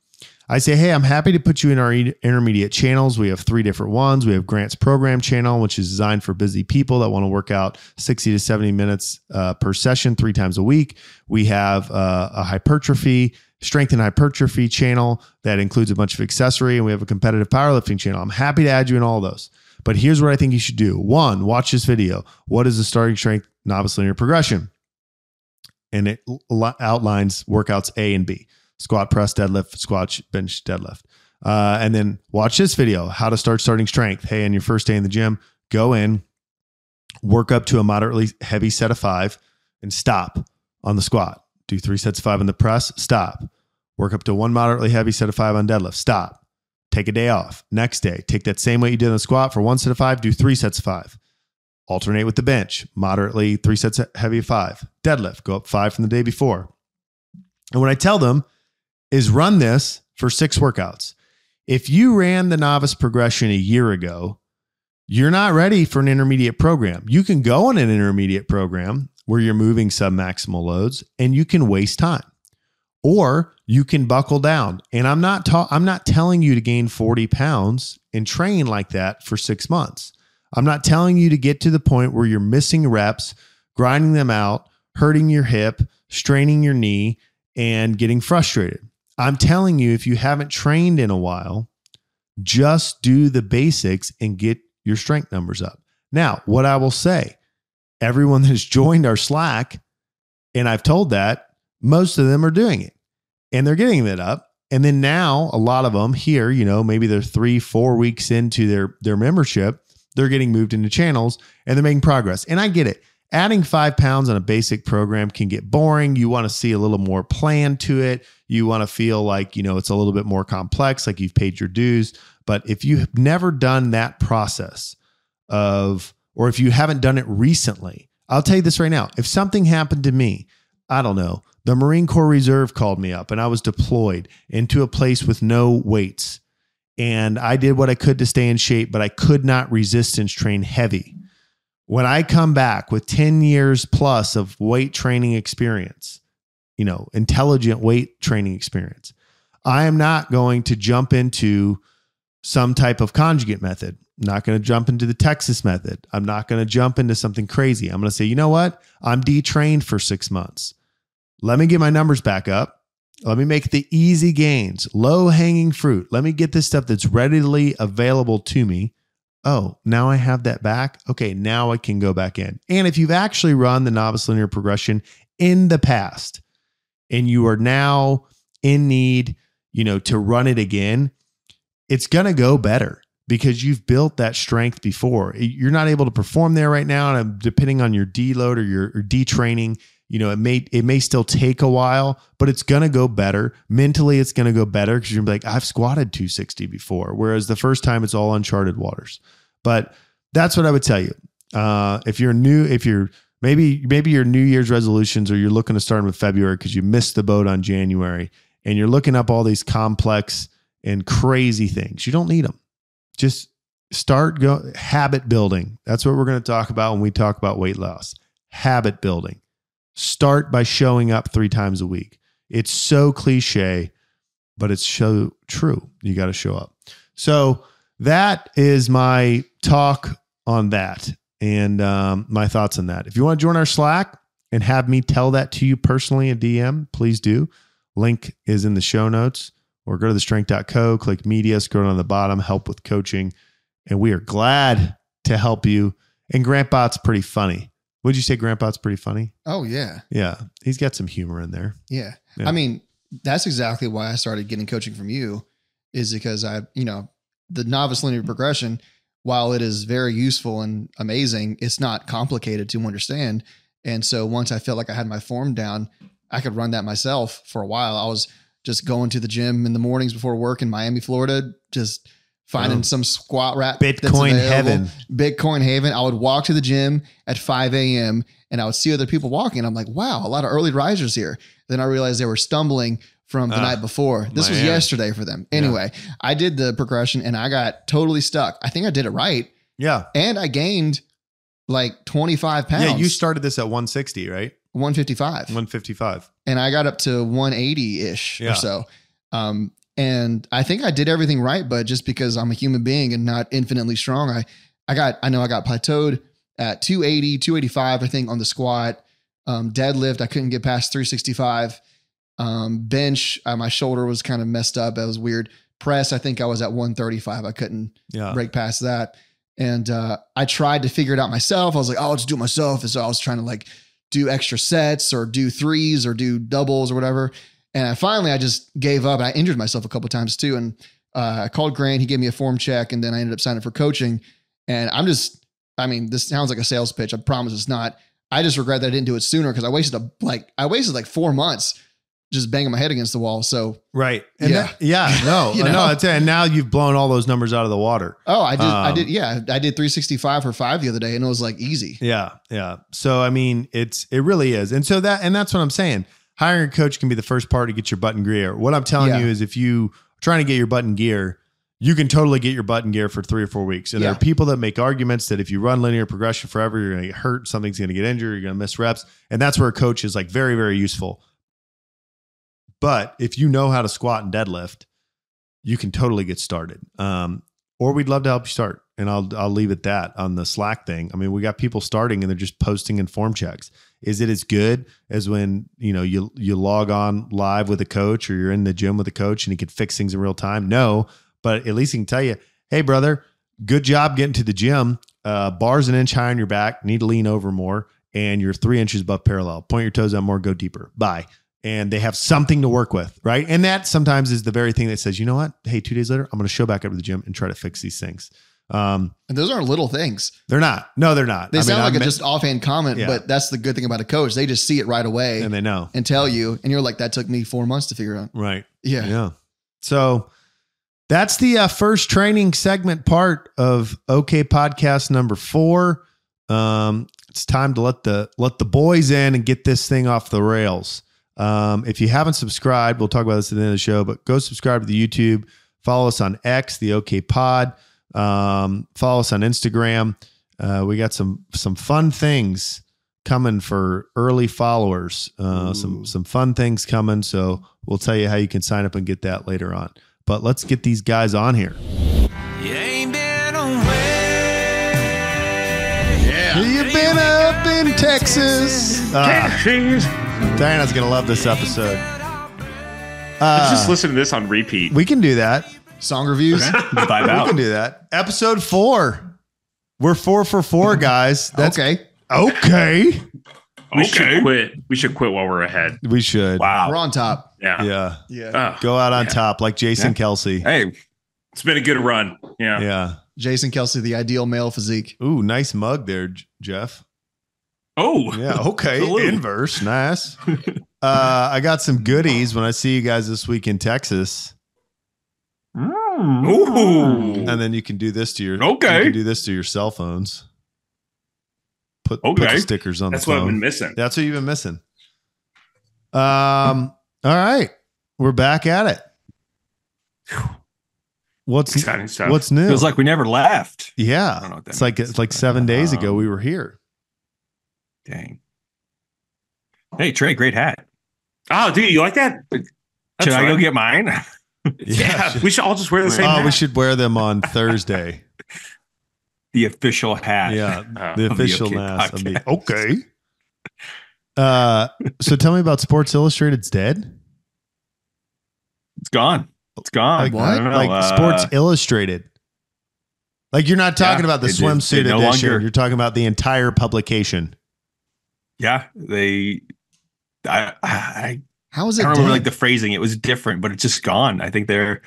Speaker 1: I say, hey, I'm happy to put you in our e- intermediate channels. We have three different ones. We have Grant's program channel, which is designed for busy people that want to work out 60 to 70 minutes uh, per session three times a week. We have uh, a hypertrophy, strength and hypertrophy channel that includes a bunch of accessory, and we have a competitive powerlifting channel. I'm happy to add you in all those. But here's what I think you should do one, watch this video. What is the starting strength novice linear progression? And it l- outlines workouts A and B squat press deadlift squat bench deadlift uh, and then watch this video how to start starting strength hey on your first day in the gym go in work up to a moderately heavy set of five and stop on the squat do three sets of five on the press stop work up to one moderately heavy set of five on deadlift stop take a day off next day take that same weight you did on the squat for one set of five do three sets of five alternate with the bench moderately three sets of heavy of five deadlift go up five from the day before and what i tell them is run this for six workouts. If you ran the novice progression a year ago, you're not ready for an intermediate program. You can go on an intermediate program where you're moving submaximal loads and you can waste time. Or you can buckle down. And I'm not ta- I'm not telling you to gain 40 pounds and train like that for 6 months. I'm not telling you to get to the point where you're missing reps, grinding them out, hurting your hip, straining your knee and getting frustrated. I'm telling you, if you haven't trained in a while, just do the basics and get your strength numbers up. Now, what I will say, everyone that's joined our Slack, and I've told that, most of them are doing it and they're getting it up. And then now a lot of them here, you know, maybe they're three, four weeks into their their membership, they're getting moved into channels and they're making progress. And I get it. Adding five pounds on a basic program can get boring. You want to see a little more plan to it. You want to feel like, you know, it's a little bit more complex, like you've paid your dues. But if you have never done that process of, or if you haven't done it recently, I'll tell you this right now. If something happened to me, I don't know, the Marine Corps Reserve called me up and I was deployed into a place with no weights. And I did what I could to stay in shape, but I could not resistance train heavy when I come back with 10 years plus of weight training experience, you know, intelligent weight training experience, I am not going to jump into some type of conjugate method. I'm not going to jump into the Texas method. I'm not going to jump into something crazy. I'm going to say, you know what? I'm detrained for six months. Let me get my numbers back up. Let me make the easy gains, low hanging fruit. Let me get this stuff that's readily available to me. Oh, now I have that back. Okay, now I can go back in. And if you've actually run the novice linear progression in the past and you are now in need, you know, to run it again, it's going to go better because you've built that strength before. You're not able to perform there right now and depending on your deload or your or detraining, you know, it may it may still take a while, but it's gonna go better. Mentally, it's gonna go better because you're gonna be like, I've squatted 260 before, whereas the first time it's all uncharted waters. But that's what I would tell you. Uh, if you're new, if you're maybe maybe your New Year's resolutions or you're looking to start with February because you missed the boat on January and you're looking up all these complex and crazy things, you don't need them. Just start go habit building. That's what we're gonna talk about when we talk about weight loss. Habit building start by showing up three times a week. It's so cliche, but it's so true. You got to show up. So that is my talk on that and um, my thoughts on that. If you want to join our Slack and have me tell that to you personally in DM, please do. Link is in the show notes or go to the strength.co, click media, scroll down to the bottom, help with coaching. And we are glad to help you. And Grandpa's pretty funny. Would you say Grandpa's pretty funny?
Speaker 2: Oh yeah,
Speaker 1: Yeah, he's got some humor in there.
Speaker 2: yeah.
Speaker 1: Yeah.
Speaker 2: I mean, that's exactly why I started getting coaching from you, is because I, you know, the novice linear
Speaker 1: Mm-hmm.
Speaker 2: progression, while it is very useful and amazing, it's not complicated to understand. And so once I felt like I had my form down, I could run that myself for a while. I was just going to the gym in the mornings before work in Miami, Florida, just finding
Speaker 1: Oh.
Speaker 2: some squat rack. that's
Speaker 1: Bitcoin
Speaker 2: available.
Speaker 1: heaven.
Speaker 2: Bitcoin Haven. I would walk to the gym at 5 a.m. and I would see other people walking. I'm like, wow, a lot of early risers here. Then I realized they were stumbling from the
Speaker 1: Ah,
Speaker 2: night before. This was
Speaker 1: man.
Speaker 2: yesterday for them.
Speaker 1: Yeah.
Speaker 2: Anyway, I did the progression and I got totally stuck. I think I did it right.
Speaker 1: Yeah,
Speaker 2: And I gained like 25 pounds.
Speaker 1: yeah. You started this at 160, right?
Speaker 2: 155.
Speaker 1: 155.
Speaker 2: and I got up to 180 ish
Speaker 1: Yeah.
Speaker 2: or so. Um, and I think I did everything right, but just because I'm a human being and not infinitely strong, I, I got, I know I got plateaued at 280, 285, I think on the squat, um, deadlift. I couldn't get past 365, um, bench. Uh, my shoulder was kind of messed up. That was weird. Press. I think I was at 135. I couldn't
Speaker 1: Yeah,
Speaker 2: break past that. And uh, I tried to figure it out myself. I was like, oh, I'll just do it myself. And so I was trying to like do extra sets or do threes or do doubles or whatever. And I finally, I just gave up. I injured myself a couple times too. And uh, I called Grant. He gave me a form check, and then I ended up signing for coaching. And I'm just, I mean, this sounds like a sales pitch. I promise it's not. I just regret that I didn't do it sooner because I wasted a, like I wasted like four months just banging my head against the wall. So
Speaker 1: right. And
Speaker 2: Yeah.
Speaker 1: that- yeah. No,
Speaker 2: You
Speaker 1: no.
Speaker 2: know?
Speaker 1: That's it. And now you've blown all those numbers out of the water.
Speaker 2: oh, I did, I
Speaker 1: Um,
Speaker 2: did, yeah, I did 365 for five the other day, and it was like easy.
Speaker 1: Yeah, yeah. So I mean, it's it really is. And so that and that's what I'm saying. Hiring a coach can be the first part to get your button gear. What I'm telling
Speaker 2: Yeah.
Speaker 1: you is, if you are trying to get your button gear, you can totally get your button gear for three or four weeks. And there
Speaker 2: Yeah.
Speaker 1: are people that make arguments that if you run linear progression forever, you're going to get hurt, something's going to get injured, you're going to miss reps, and that's where a coach is like very, very useful. But if you know how to squat and deadlift, you can totally get started. Um, or we'd love to help you start. And I'll I'll leave it that on the Slack thing. I mean, we got people starting and they're just posting in form checks. Is it as good as when you know you you log on live with a coach or you're in the gym with a coach and he can fix things in real time? No, but at least he can tell you, hey brother, good job getting to the gym. Uh, bars an inch high on your back. Need to lean over more, and you're three inches above parallel. Point your toes out more. Go deeper. Bye and they have something to work with, right? And that sometimes is the very thing that says, you know what? Hey, two days later, I'm going to show back up to the gym and try to fix these things. Um,
Speaker 2: And those aren't little things.
Speaker 1: they're not. No, they're not.
Speaker 2: They
Speaker 1: I mean,
Speaker 2: sound like
Speaker 1: I'm-
Speaker 2: a just offhand comment,
Speaker 1: Yeah.
Speaker 2: but that's the good thing about a coach. They just see it right away
Speaker 1: and
Speaker 2: and,
Speaker 1: they know,
Speaker 2: tell you, and you're like, that took me four months to figure out.
Speaker 1: right?
Speaker 2: Yeah.
Speaker 1: Yeah. So that's the uh, first training segment part of OK Podcast number four. Um, it's time to let the let the boys in and get this thing off the rails. Um, if you haven't subscribed, we'll talk about this at the end of the show. But go subscribe to the YouTube. Follow us on X, the OK Pod. Um, follow us on Instagram. Uh, we got some some fun things coming for early followers. Uh, some
Speaker 2: Ooh.
Speaker 1: some fun things coming. So we'll tell you how you can sign up and get that later on. But let's get these guys on here.
Speaker 3: You ain't been away.
Speaker 2: Yeah.
Speaker 1: You've been up in Uh, Texas. Ah, Diana's gonna love this episode. Uh,
Speaker 4: Let's just listen to this on repeat.
Speaker 1: we can do that.
Speaker 2: Song reviews.
Speaker 4: Vibe
Speaker 1: We can
Speaker 4: out.
Speaker 1: do that. Episode four. We're four for four, guys. That's
Speaker 2: okay.
Speaker 1: okay.
Speaker 4: We
Speaker 5: Okay.
Speaker 4: should quit. We should quit while we're ahead.
Speaker 1: We should.
Speaker 5: Wow.
Speaker 2: We're on top.
Speaker 4: Yeah.
Speaker 1: Yeah.
Speaker 2: Yeah.
Speaker 4: Ah,
Speaker 1: Go out on
Speaker 4: Yeah.
Speaker 1: top like Jason
Speaker 5: Yeah.
Speaker 1: Kelsey.
Speaker 5: Hey,
Speaker 4: it's been a good run. Yeah.
Speaker 1: Yeah.
Speaker 2: Jason Kelsey, the ideal male physique.
Speaker 1: Ooh, nice mug there, J- Jeff.
Speaker 4: Oh,
Speaker 1: Yeah. Okay.
Speaker 4: Salute.
Speaker 1: Inverse. Nice. Uh, I got some goodies when I see you guys this week in Texas,
Speaker 4: Ooh.
Speaker 1: and then you can do this to your.
Speaker 5: Okay.
Speaker 1: You can do this to your cell phones. Put, put the
Speaker 5: Okay.
Speaker 1: stickers on
Speaker 4: that's
Speaker 1: the
Speaker 4: what
Speaker 1: phone.
Speaker 4: I've been missing.
Speaker 1: That's what you've been missing. Um. All right, we're back at it. What's
Speaker 4: Exciting stuff.
Speaker 1: what's new?
Speaker 5: feels like we never left. I
Speaker 1: yeah,
Speaker 5: don't know what that
Speaker 1: it's like
Speaker 5: means.
Speaker 1: it's like seven days ago
Speaker 5: Um,
Speaker 1: we were here.
Speaker 5: Dang. Hey, Trey, great hat.
Speaker 4: oh, dude, you like that? That's
Speaker 5: Should I go
Speaker 4: right.
Speaker 5: get mine?
Speaker 4: Yeah, we should all just wear the same.
Speaker 1: Oh, we
Speaker 4: hat.
Speaker 1: should wear them on Thursday.
Speaker 5: the official hat.
Speaker 1: yeah,
Speaker 4: Uh,
Speaker 1: the
Speaker 5: the
Speaker 1: official
Speaker 5: OK
Speaker 1: mask. of the-
Speaker 5: podcast.
Speaker 1: okay. Uh, so tell me about Sports Illustrated's dead.
Speaker 5: It's gone. It's gone.
Speaker 1: Like
Speaker 5: I don't know,
Speaker 1: Like
Speaker 5: uh,
Speaker 1: Sports Illustrated. Like you're not talking
Speaker 5: Yeah,
Speaker 1: about the
Speaker 5: it is- it
Speaker 1: swimsuit
Speaker 5: no
Speaker 1: edition.
Speaker 5: longer-
Speaker 1: You're talking about the entire publication.
Speaker 5: Yeah. They I I,
Speaker 2: How is
Speaker 5: I
Speaker 2: it?
Speaker 5: don't remember
Speaker 2: done?
Speaker 5: like the phrasing. It was different, but it's just gone. I think they're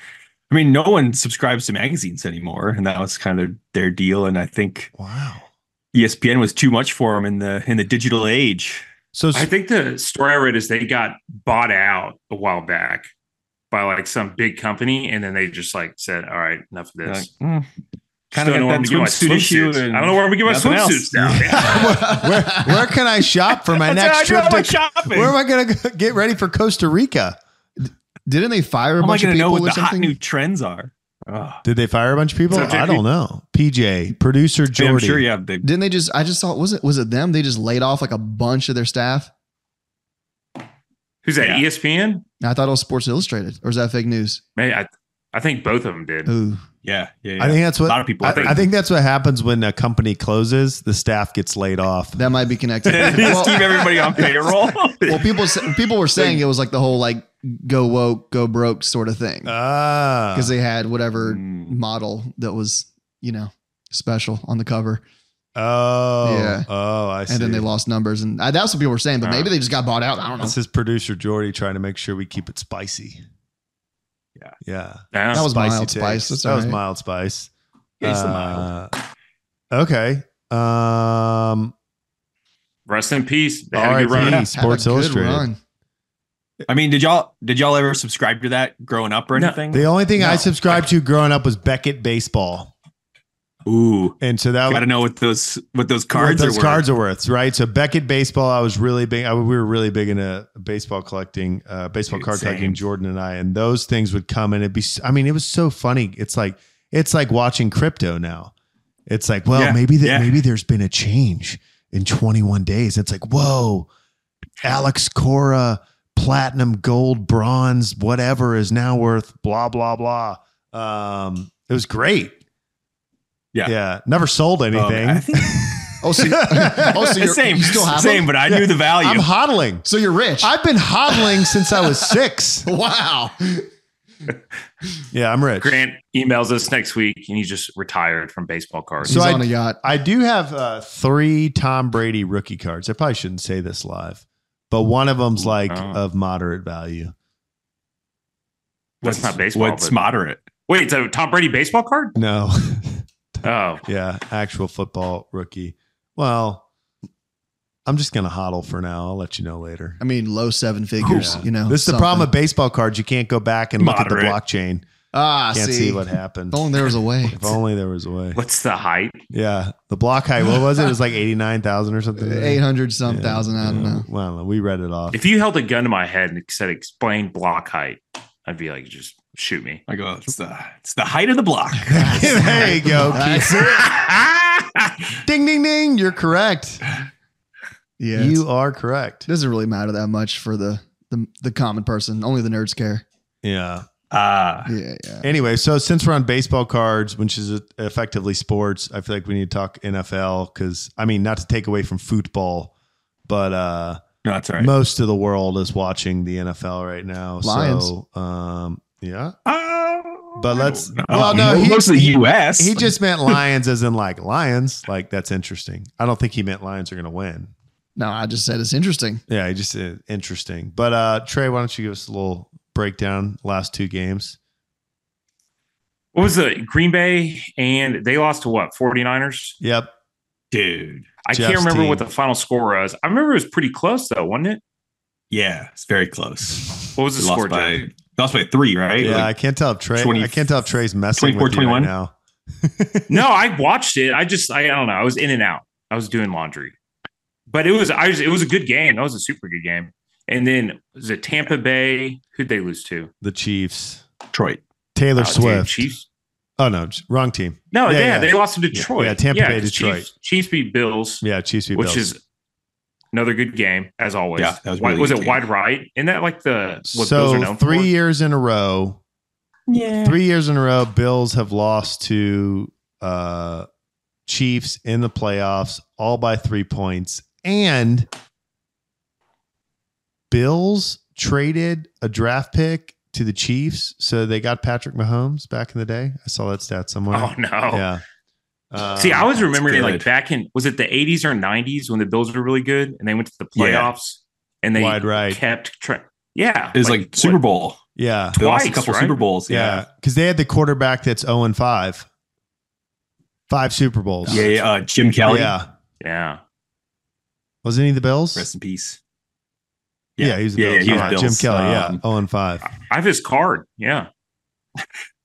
Speaker 5: I mean, no one subscribes to magazines anymore, and that was kind of their deal. And I think E
Speaker 1: Wow.
Speaker 5: ESPN was too much for them in the in the digital age.
Speaker 1: So
Speaker 4: I think the story I read is they got bought out a while back by like some big company, and then they just like said, "All right, enough of
Speaker 5: Like,
Speaker 4: this."
Speaker 5: mm,
Speaker 4: Still
Speaker 5: kind of
Speaker 4: don't know where
Speaker 5: got that
Speaker 4: I'm gonna get
Speaker 5: swimsuit
Speaker 4: my
Speaker 5: issue.
Speaker 4: swimsuits.
Speaker 5: and-
Speaker 4: I don't know where we get my
Speaker 5: nothing else.
Speaker 4: swimsuits now. Yeah.
Speaker 1: where, where can I shop for my
Speaker 5: That's how I
Speaker 1: next
Speaker 5: do
Speaker 1: trip?
Speaker 5: all my
Speaker 1: To,
Speaker 5: shopping.
Speaker 1: where am I going to get ready for Costa Rica?
Speaker 2: Didn't they fire a
Speaker 5: How am I
Speaker 2: bunch of
Speaker 5: going to know
Speaker 2: people
Speaker 5: what
Speaker 2: or
Speaker 5: the hot
Speaker 2: something?
Speaker 5: new trends are? Ugh.
Speaker 1: Did they fire a bunch of people?
Speaker 4: So,
Speaker 1: I don't know. PJ, producer
Speaker 5: I mean,
Speaker 1: Jordy.
Speaker 5: I'm sure you have the.
Speaker 2: Didn't they just? I just saw. Was it? Was it them? They just laid off like a bunch of their staff.
Speaker 4: Who's that? E
Speaker 5: Yeah.
Speaker 4: ESPN?
Speaker 2: And I thought it was Sports Illustrated, or is that fake news?
Speaker 4: Maybe I, I think both of them did.
Speaker 2: Ooh,
Speaker 5: Yeah, yeah, yeah.
Speaker 1: I think that's
Speaker 5: a
Speaker 1: what
Speaker 5: lot of people.
Speaker 1: I,
Speaker 5: think.
Speaker 1: I think that's what happens when a company closes. The staff gets laid off.
Speaker 2: that might be connected.
Speaker 5: Just keep everybody on payroll.
Speaker 2: well, people sa- people were saying it was like the whole like go woke, go broke sort of thing
Speaker 1: Ah,
Speaker 2: because they had whatever
Speaker 5: Mm.
Speaker 2: model that was you know special on the cover,
Speaker 1: oh,
Speaker 2: Yeah.
Speaker 1: oh, I see.
Speaker 2: and then they lost numbers, and I, that's what people were saying. But
Speaker 4: Ah.
Speaker 2: maybe they just got bought out. I don't know.
Speaker 1: This is producer Jordy trying to make sure we keep it spicy.
Speaker 5: Yeah.
Speaker 1: yeah.
Speaker 4: Yeah.
Speaker 2: That was
Speaker 1: Spicy
Speaker 2: mild
Speaker 1: takes.
Speaker 2: spice. That's
Speaker 1: that
Speaker 2: all
Speaker 1: was
Speaker 2: right.
Speaker 1: mild spice.
Speaker 5: Yeah, it's the mild.
Speaker 1: Uh, Okay. Um,
Speaker 4: Rest in peace. They had a
Speaker 1: RIP.
Speaker 4: good run.
Speaker 1: Yeah,
Speaker 2: Have a
Speaker 1: Sports
Speaker 2: good
Speaker 1: Illustrated.
Speaker 5: I mean, did y'all did y'all ever subscribe to that growing up or
Speaker 4: No.
Speaker 5: anything?
Speaker 1: the only thing I
Speaker 5: No.
Speaker 1: subscribed to growing up was Beckett baseball,
Speaker 5: Ooh,
Speaker 1: and so that
Speaker 5: got to
Speaker 1: was
Speaker 5: know what those what those
Speaker 1: what
Speaker 5: cards
Speaker 1: those
Speaker 5: are.
Speaker 1: cards are worth, right? So Beckett baseball, I was really big. I, we were really big into baseball collecting, uh, baseball
Speaker 5: Dude,
Speaker 1: card collecting.
Speaker 5: same.
Speaker 1: Jordan and I, and those things would come, and it'd be. s- I mean, it was so funny. It's like it's like watching crypto now. It's like, well,
Speaker 5: Yeah,
Speaker 1: maybe that
Speaker 5: yeah.
Speaker 1: maybe there's been a change in 21 days. It's like, whoa, Alex Cora platinum, gold, bronze, whatever is now worth blah blah blah. Um, it was great.
Speaker 5: Yeah.
Speaker 1: yeah. Never sold
Speaker 5: Um,
Speaker 1: anything.
Speaker 5: I think
Speaker 2: Oh, so, oh, so you're,
Speaker 5: same,
Speaker 2: you still have
Speaker 5: same,
Speaker 2: them?
Speaker 5: but I
Speaker 1: Yeah.
Speaker 5: knew the value.
Speaker 1: I'm hodling.
Speaker 2: So you're rich.
Speaker 1: I've been hodling since I was six.
Speaker 2: wow.
Speaker 1: Yeah, I'm rich.
Speaker 4: Grant emails us next week, and he just retired from baseball cards.
Speaker 1: So
Speaker 2: He's
Speaker 1: I-
Speaker 2: on a yacht.
Speaker 1: I do have uh, three Tom Brady rookie cards. I probably shouldn't say this live, but one of them's like
Speaker 4: Oh.
Speaker 1: of moderate value.
Speaker 4: That's
Speaker 5: What's-
Speaker 4: not baseball,
Speaker 5: What's
Speaker 4: but-
Speaker 5: moderate?
Speaker 4: Wait, it's a Tom Brady baseball card?
Speaker 1: No,
Speaker 4: Oh,
Speaker 1: yeah, actual football rookie. Well, I'm just gonna hodl for now. I'll let you know later.
Speaker 2: I mean, low seven figures.
Speaker 1: Yeah.
Speaker 2: You know,
Speaker 1: this is the
Speaker 2: Oh, something.
Speaker 1: problem with baseball cards. You can't go back and look
Speaker 5: Moderate.
Speaker 1: at the blockchain.
Speaker 2: ah,
Speaker 1: Can't
Speaker 2: see,
Speaker 1: see what happened.
Speaker 2: If only there was a way.
Speaker 1: If only there was a way.
Speaker 4: what's the height?
Speaker 1: Yeah, the block height. What was it? It was like eighty nine thousand or something.
Speaker 2: Eight hundred some
Speaker 1: Yeah,
Speaker 2: thousand. I don't
Speaker 1: yeah.
Speaker 2: know.
Speaker 1: Well, I don't know. we read it off.
Speaker 4: If you held a gun to my head and said, explain block height, I'd be like, just shoot me.
Speaker 5: I go. It's the it's the height of the block.
Speaker 1: there you go. Keith. ding ding ding. You're correct.
Speaker 2: Yeah, it's-
Speaker 1: you are correct.
Speaker 2: doesn't really matter that much for the the, the common person. Only the nerds care.
Speaker 1: Yeah.
Speaker 5: Ah,
Speaker 2: Yeah, yeah.
Speaker 1: Anyway, so since we're on baseball cards, which is effectively sports, I feel like we need to talk NFL because I mean, not to take away from football, but uh,
Speaker 5: No, that's all right.
Speaker 1: Most of the world is watching the NFL right now.
Speaker 2: Lions.
Speaker 1: So, um, yeah.
Speaker 5: Oh,
Speaker 1: But let's-
Speaker 5: I don't
Speaker 1: well,
Speaker 5: know.
Speaker 1: no, he-
Speaker 5: most of the
Speaker 1: he-
Speaker 5: U.S.
Speaker 1: He just meant lions as in like lions. Like that's interesting. I don't think he meant lions are going to win.
Speaker 2: No, I just said it's interesting.
Speaker 1: Yeah, he just uh, interesting. But uh Trey, why don't you give us a little breakdown last two games?
Speaker 4: What was the Green Bay and they lost to what 49ers?
Speaker 1: Yep.
Speaker 5: dude.
Speaker 4: I can't
Speaker 1: Jeff's
Speaker 4: remember what
Speaker 1: team.
Speaker 4: the final score was. I remember it was pretty close though, wasn't it?
Speaker 5: Yeah, it's very close.
Speaker 4: What was the
Speaker 5: We lost
Speaker 4: score?
Speaker 5: by
Speaker 4: Jeff?
Speaker 5: lost by three, right?
Speaker 1: Yeah, I
Speaker 5: Like,
Speaker 1: can't tell if Trey.
Speaker 5: 20
Speaker 1: I can't tell if Trey's messing with you
Speaker 5: 24-21?
Speaker 1: right now.
Speaker 4: no, I watched it. I just I, I don't know. I was in and out. I was doing laundry, but it was I was it was a good game. That was a super good game. And then was it Tampa Bay? Who'd they lose to?
Speaker 1: The Chiefs.
Speaker 5: Detroit.
Speaker 1: Taylor
Speaker 4: Oh, dude,
Speaker 1: Swift.
Speaker 4: Chiefs.
Speaker 1: Oh no, j- wrong team.
Speaker 4: No,
Speaker 1: Yeah,
Speaker 4: yeah,
Speaker 1: yeah.
Speaker 4: they lost to Detroit.
Speaker 1: Yeah, Tampa Bay,
Speaker 4: 'cause
Speaker 1: Detroit.
Speaker 4: Chiefs, Chiefs beat Bills,
Speaker 1: Yeah, Chiefs beat
Speaker 4: which
Speaker 1: Bills.
Speaker 4: is another good game as always.
Speaker 5: Yeah, that was a
Speaker 4: Why-
Speaker 5: really
Speaker 4: was
Speaker 5: good
Speaker 4: it
Speaker 5: game.
Speaker 4: wide right? Isn't that like the what Bills
Speaker 1: so
Speaker 4: are known
Speaker 1: three
Speaker 4: for?
Speaker 1: years in a row.
Speaker 5: Yeah.
Speaker 1: Three years in a row, Bills have lost to uh Chiefs in the playoffs, all by three points. And Bills traded a draft pick to the Chiefs, so they got Patrick Mahomes back in the day. I saw that stat somewhere.
Speaker 4: Oh no.
Speaker 1: Yeah. Um,
Speaker 4: See, I was
Speaker 5: that's
Speaker 4: remembering
Speaker 5: good.
Speaker 4: like back in was it the 80s or 90s when the Bills were really good and they went to the
Speaker 5: Yeah.
Speaker 4: playoffs and they
Speaker 1: wide right.
Speaker 4: kept tra- yeah
Speaker 5: It was like, Super
Speaker 4: what-
Speaker 5: Bowl.
Speaker 1: Yeah.
Speaker 5: They lost a
Speaker 4: Twice,
Speaker 5: couple
Speaker 4: right?
Speaker 5: Super Bowls.
Speaker 1: Yeah.
Speaker 5: Yeah.
Speaker 1: Because they had the quarterback that's 0 and 5. Five Super Bowls.
Speaker 5: Yeah. yeah, Uh, Jim Kelly.
Speaker 1: Oh, Yeah.
Speaker 4: yeah
Speaker 1: Wasn't he the Bills?
Speaker 5: Rest in peace.
Speaker 1: yeah. he was the Bills.
Speaker 5: he was
Speaker 1: All right,
Speaker 5: Bills.
Speaker 1: Jim Kelly. Yeah.
Speaker 5: Um,
Speaker 1: 0 and 5.
Speaker 4: I have his card yeah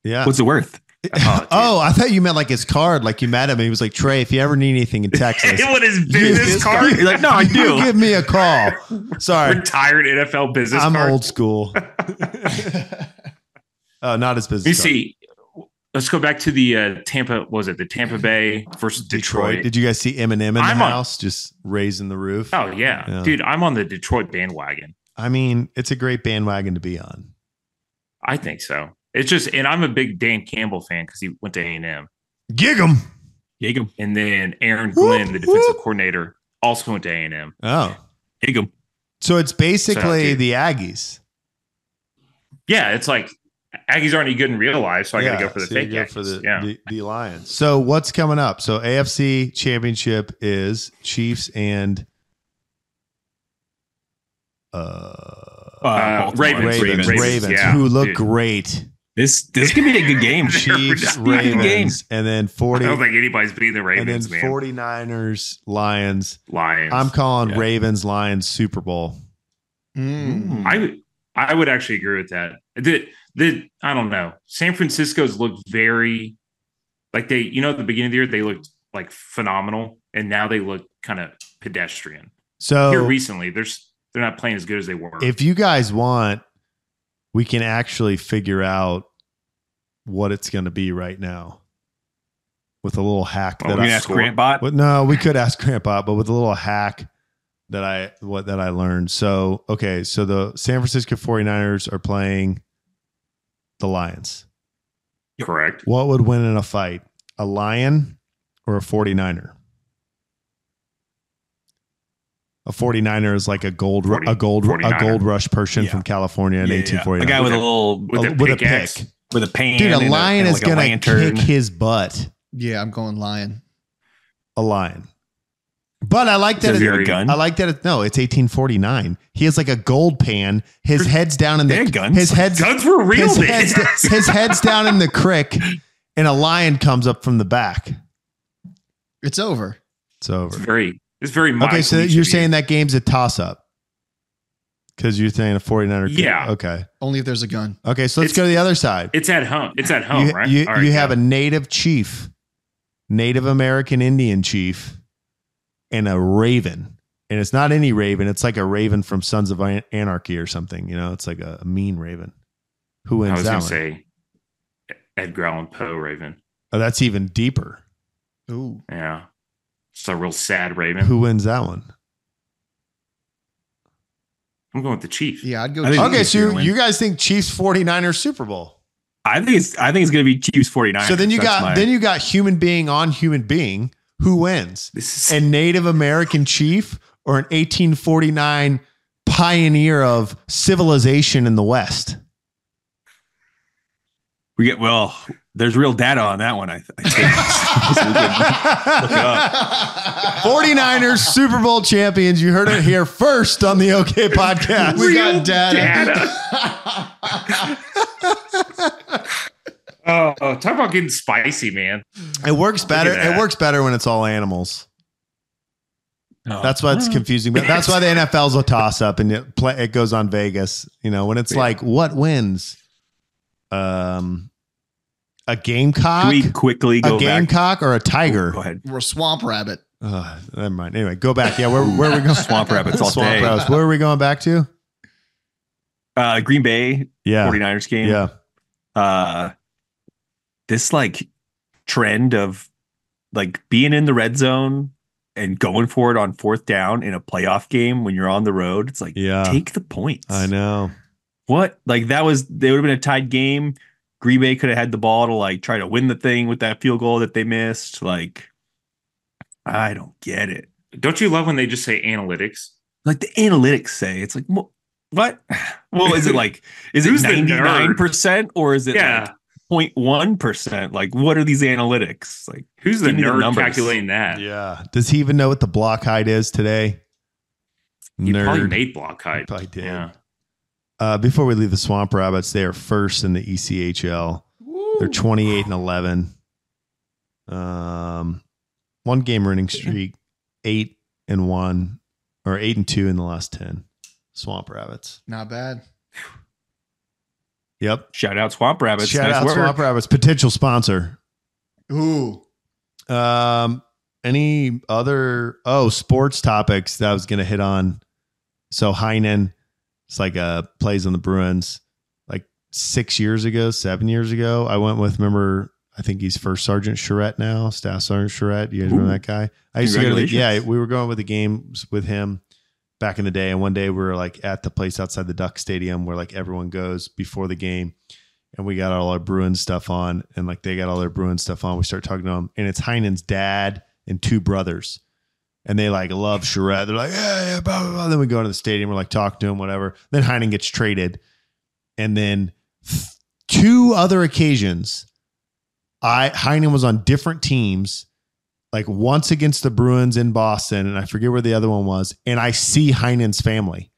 Speaker 1: Yeah.
Speaker 5: What's it worth?
Speaker 4: Oh,
Speaker 1: oh, I thought you meant like his card. Like you met him and he was like, Trey, if you ever need anything in Texas,
Speaker 4: what is
Speaker 1: his
Speaker 4: business card
Speaker 5: You're like, no, I
Speaker 1: you
Speaker 5: do.
Speaker 1: give me a call. Sorry.
Speaker 4: retired NFL business
Speaker 1: I'm
Speaker 4: card
Speaker 1: old school. Oh, not his
Speaker 4: let me
Speaker 1: business. card.
Speaker 4: see let's go back to the uh, Tampa what was it the Tampa Bay versus Detroit,
Speaker 1: Did you guys see Eminem in the
Speaker 4: I'm on-
Speaker 1: house just raising the roof?
Speaker 4: oh yeah.
Speaker 1: Yeah.
Speaker 4: dude I'm on the Detroit bandwagon
Speaker 1: I mean, it's a great bandwagon to be on.
Speaker 4: I think so it's just and I'm a big Dan Campbell fan because he went to A&M
Speaker 1: Gig 'em.
Speaker 5: Gig him.
Speaker 4: and then Aaron
Speaker 1: Whoop,
Speaker 4: Glenn the defensive
Speaker 1: whoop.
Speaker 4: coordinator also went to A&M
Speaker 1: Oh.
Speaker 5: Gig him.
Speaker 1: So it's basically
Speaker 4: dude.
Speaker 1: the Aggies.
Speaker 4: yeah, it's like Aggies aren't any good in real life, so I got to
Speaker 1: Yeah,
Speaker 4: go for the
Speaker 1: so you
Speaker 4: fake
Speaker 1: go
Speaker 4: Aggies.
Speaker 1: for the,
Speaker 4: yeah,
Speaker 1: the, the Lions. So what's coming up? So AFC Championship is Chiefs and uh,
Speaker 5: Uh,
Speaker 4: Uh,
Speaker 5: Baltimore.
Speaker 4: Ravens,
Speaker 1: Ravens,
Speaker 4: Ravens,
Speaker 1: Ravens,
Speaker 4: yeah,
Speaker 1: who look
Speaker 4: dude.
Speaker 1: great.
Speaker 5: This this could be a good game.
Speaker 1: Chiefs,
Speaker 5: not even
Speaker 1: Ravens,
Speaker 5: games.
Speaker 1: and then
Speaker 4: I
Speaker 1: 40
Speaker 4: don't think anybody's beating the
Speaker 1: and then
Speaker 4: Ravens, man.
Speaker 1: 49ers, Lions.
Speaker 4: Lions.
Speaker 1: I'm calling
Speaker 5: Yeah.
Speaker 1: Ravens Lions Super Bowl.
Speaker 2: Mm.
Speaker 1: Hmm.
Speaker 4: I would, I would actually agree with that. The, the, I don't know. San Francisco's looked very, like they, you know, at the beginning of the year they looked like phenomenal, and now they look kind of pedestrian.
Speaker 1: So
Speaker 4: Here recently, there's they're not playing as good as they were.
Speaker 1: Oh. if you guys want, we can actually figure out what it's going to be right now with a little hack
Speaker 5: We're
Speaker 1: that
Speaker 5: gonna
Speaker 1: I
Speaker 5: ask Grantbot.
Speaker 1: Well, no, we could ask Grandpa, but with a little hack that I what that I learned. So, okay, so the San Francisco 49ers are playing the Lions.
Speaker 4: correct.
Speaker 1: What would win in a fight? A lion or a 49er? A 49er is like a gold ru-
Speaker 4: Forty-
Speaker 1: a gold ru- a
Speaker 4: 49er.
Speaker 1: gold rush person
Speaker 5: Yeah.
Speaker 1: from California in
Speaker 5: Yeah, yeah, yeah. A
Speaker 1: 1849.
Speaker 5: guy with a little
Speaker 4: With,
Speaker 1: a-
Speaker 4: a,
Speaker 1: with a
Speaker 4: pickaxe.
Speaker 1: pick.
Speaker 5: with a pan.
Speaker 1: Dude, a
Speaker 5: and
Speaker 1: lion
Speaker 5: and
Speaker 1: is
Speaker 5: like a
Speaker 1: going to
Speaker 5: lantern.
Speaker 1: kick his butt.
Speaker 2: Yeah, I'm going lion.
Speaker 1: A lion. But I like
Speaker 5: Does
Speaker 1: that
Speaker 5: he
Speaker 1: it-
Speaker 5: have a gun?
Speaker 1: I like that. It, no, it's 1849. He has like a gold pan. His head's down in
Speaker 5: They
Speaker 1: the
Speaker 5: had guns.
Speaker 1: his head's
Speaker 4: Guns were real.
Speaker 1: his
Speaker 4: then.
Speaker 1: head's, his head's down in the crick, and a lion comes up from the back.
Speaker 2: It's over.
Speaker 1: It's
Speaker 4: It's
Speaker 1: over.
Speaker 4: very, it's very.
Speaker 1: Okay,
Speaker 4: Mike
Speaker 1: so
Speaker 4: Leach
Speaker 1: you're
Speaker 4: of you.
Speaker 1: saying that game's a toss up because you're saying a 49er. could-
Speaker 4: Yeah.
Speaker 1: Okay.
Speaker 2: Only if there's a gun.
Speaker 1: Okay. So let's
Speaker 4: It's-
Speaker 1: go to the other side.
Speaker 4: It's at home. It's at home,
Speaker 1: you
Speaker 4: right?
Speaker 1: you,
Speaker 4: All right,
Speaker 1: you
Speaker 4: yeah.
Speaker 1: have a native chief, Native American Indian chief, and a raven. And it's not any raven. It's like a raven from Sons of An- Anarchy or something. You know, it's like a, a mean raven. Who
Speaker 4: I
Speaker 1: wins
Speaker 4: was
Speaker 1: that one?
Speaker 4: going to say Edgar Allan Poe Raven.
Speaker 1: oh, that's even deeper.
Speaker 2: Ooh.
Speaker 4: Yeah. It's a real sad Raven.
Speaker 1: Who wins that one?
Speaker 4: I'm going with the Chief.
Speaker 2: Yeah, I'd go.
Speaker 5: I think-
Speaker 2: Chiefs.
Speaker 1: Okay, so
Speaker 5: gonna
Speaker 1: you,
Speaker 5: win.
Speaker 1: you guys think Chiefs 49ers Super Bowl.
Speaker 5: I think it's I think it's going to be Chiefs 49.
Speaker 1: So then you got then you got human being on human being. Who wins?
Speaker 4: This
Speaker 1: A
Speaker 4: is
Speaker 1: Native American chief or an 1849 pioneer of civilization in the West?
Speaker 5: We get well. There's real data on that one. I, I think.
Speaker 1: 49ers Super Bowl champions. You heard it here first on the OK podcast.
Speaker 2: We
Speaker 4: Real
Speaker 2: got data.
Speaker 4: Oh, oh, talk about getting spicy, man.
Speaker 1: It works better.
Speaker 4: Look at
Speaker 1: It
Speaker 4: that.
Speaker 1: works better when it's all animals.
Speaker 5: No.
Speaker 1: That's why it's
Speaker 5: Oh.
Speaker 1: confusing. But that's why the NFL's a toss up and it play, it goes on Vegas. You know, when it's
Speaker 5: Yeah.
Speaker 1: like what wins? Um a gamecock,
Speaker 5: Can we quickly
Speaker 1: a
Speaker 5: go back?
Speaker 1: gamecock or a tiger?
Speaker 5: Go ahead.
Speaker 2: We're swamp rabbit.
Speaker 1: Ugh, never mind. Anyway, go back. Yeah, where where are we going?
Speaker 5: Swamp rabbits all
Speaker 1: Swamp
Speaker 5: day.
Speaker 1: Rabbits. Where are we going back to?
Speaker 5: Uh, Green Bay
Speaker 1: Yeah.
Speaker 5: 49ers game.
Speaker 1: Yeah.
Speaker 5: Uh, this like trend of like being in the red zone and going for it on fourth down in a playoff game when you're on the road. It's like
Speaker 1: Yeah.
Speaker 5: take the points.
Speaker 1: I know.
Speaker 5: What? Like that was they would have been a tied game. Green Bay could have had the ball to like try to win the thing with that field goal that they missed. Like, I don't get it.
Speaker 4: Don't you love when they just say analytics?
Speaker 5: Like the analytics say, it's like wha- what? Well, is it like is it
Speaker 4: Who's the
Speaker 5: ninety
Speaker 4: nerd?
Speaker 5: nine percent or is it
Speaker 4: Yeah.
Speaker 5: like 0.1 percent? Like, what are these analytics? Like,
Speaker 4: Who's the
Speaker 5: Give me the
Speaker 4: nerd
Speaker 5: numbers.
Speaker 4: calculating that?
Speaker 1: Yeah. Does he even know what the block height is today?
Speaker 4: You probably
Speaker 1: Nerd.
Speaker 4: made block height.
Speaker 1: Probably did.
Speaker 4: Yeah.
Speaker 1: Uh, before we leave the Swamp Rabbits, they are first in the E ECHL. They're 28 and 11. Um, one game winning streak, eight and one, or eight and two in the last 10. Swamp Rabbits.
Speaker 2: Not bad.
Speaker 1: Yep.
Speaker 5: shout out Swamp Rabbits.
Speaker 1: Shout
Speaker 5: nice
Speaker 1: out
Speaker 5: work.
Speaker 1: Swamp Rabbits, potential sponsor.
Speaker 2: Ooh.
Speaker 1: Um, any other oh sports topics that I was gonna hit on? So Heinen, it's like uh plays on the Bruins like six years ago, seven years ago. I went with remember I think he's first sergeant Charette now, staff sergeant Charette. You guys remember
Speaker 5: Ooh.
Speaker 1: that guy? I used to go to the, yeah,
Speaker 5: Congratulations.
Speaker 1: we were going with the games with him back in the day. And one day we were like at the place outside the Duck Stadium where like everyone goes before the game. And we got all our Bruin stuff on, and like they got all their Bruin stuff on. We start talking to them, and it's Heinen's dad and two brothers. And they like love Charette. They're like, yeah, yeah, blah, blah, blah. Then we go into the stadium, we're like, talk to him, whatever. Then Heinen gets traded. And then th- two other occasions, I Heinen was on different teams like once against the Bruins in Boston, and I forget where the other one was, and I see Heinen's family.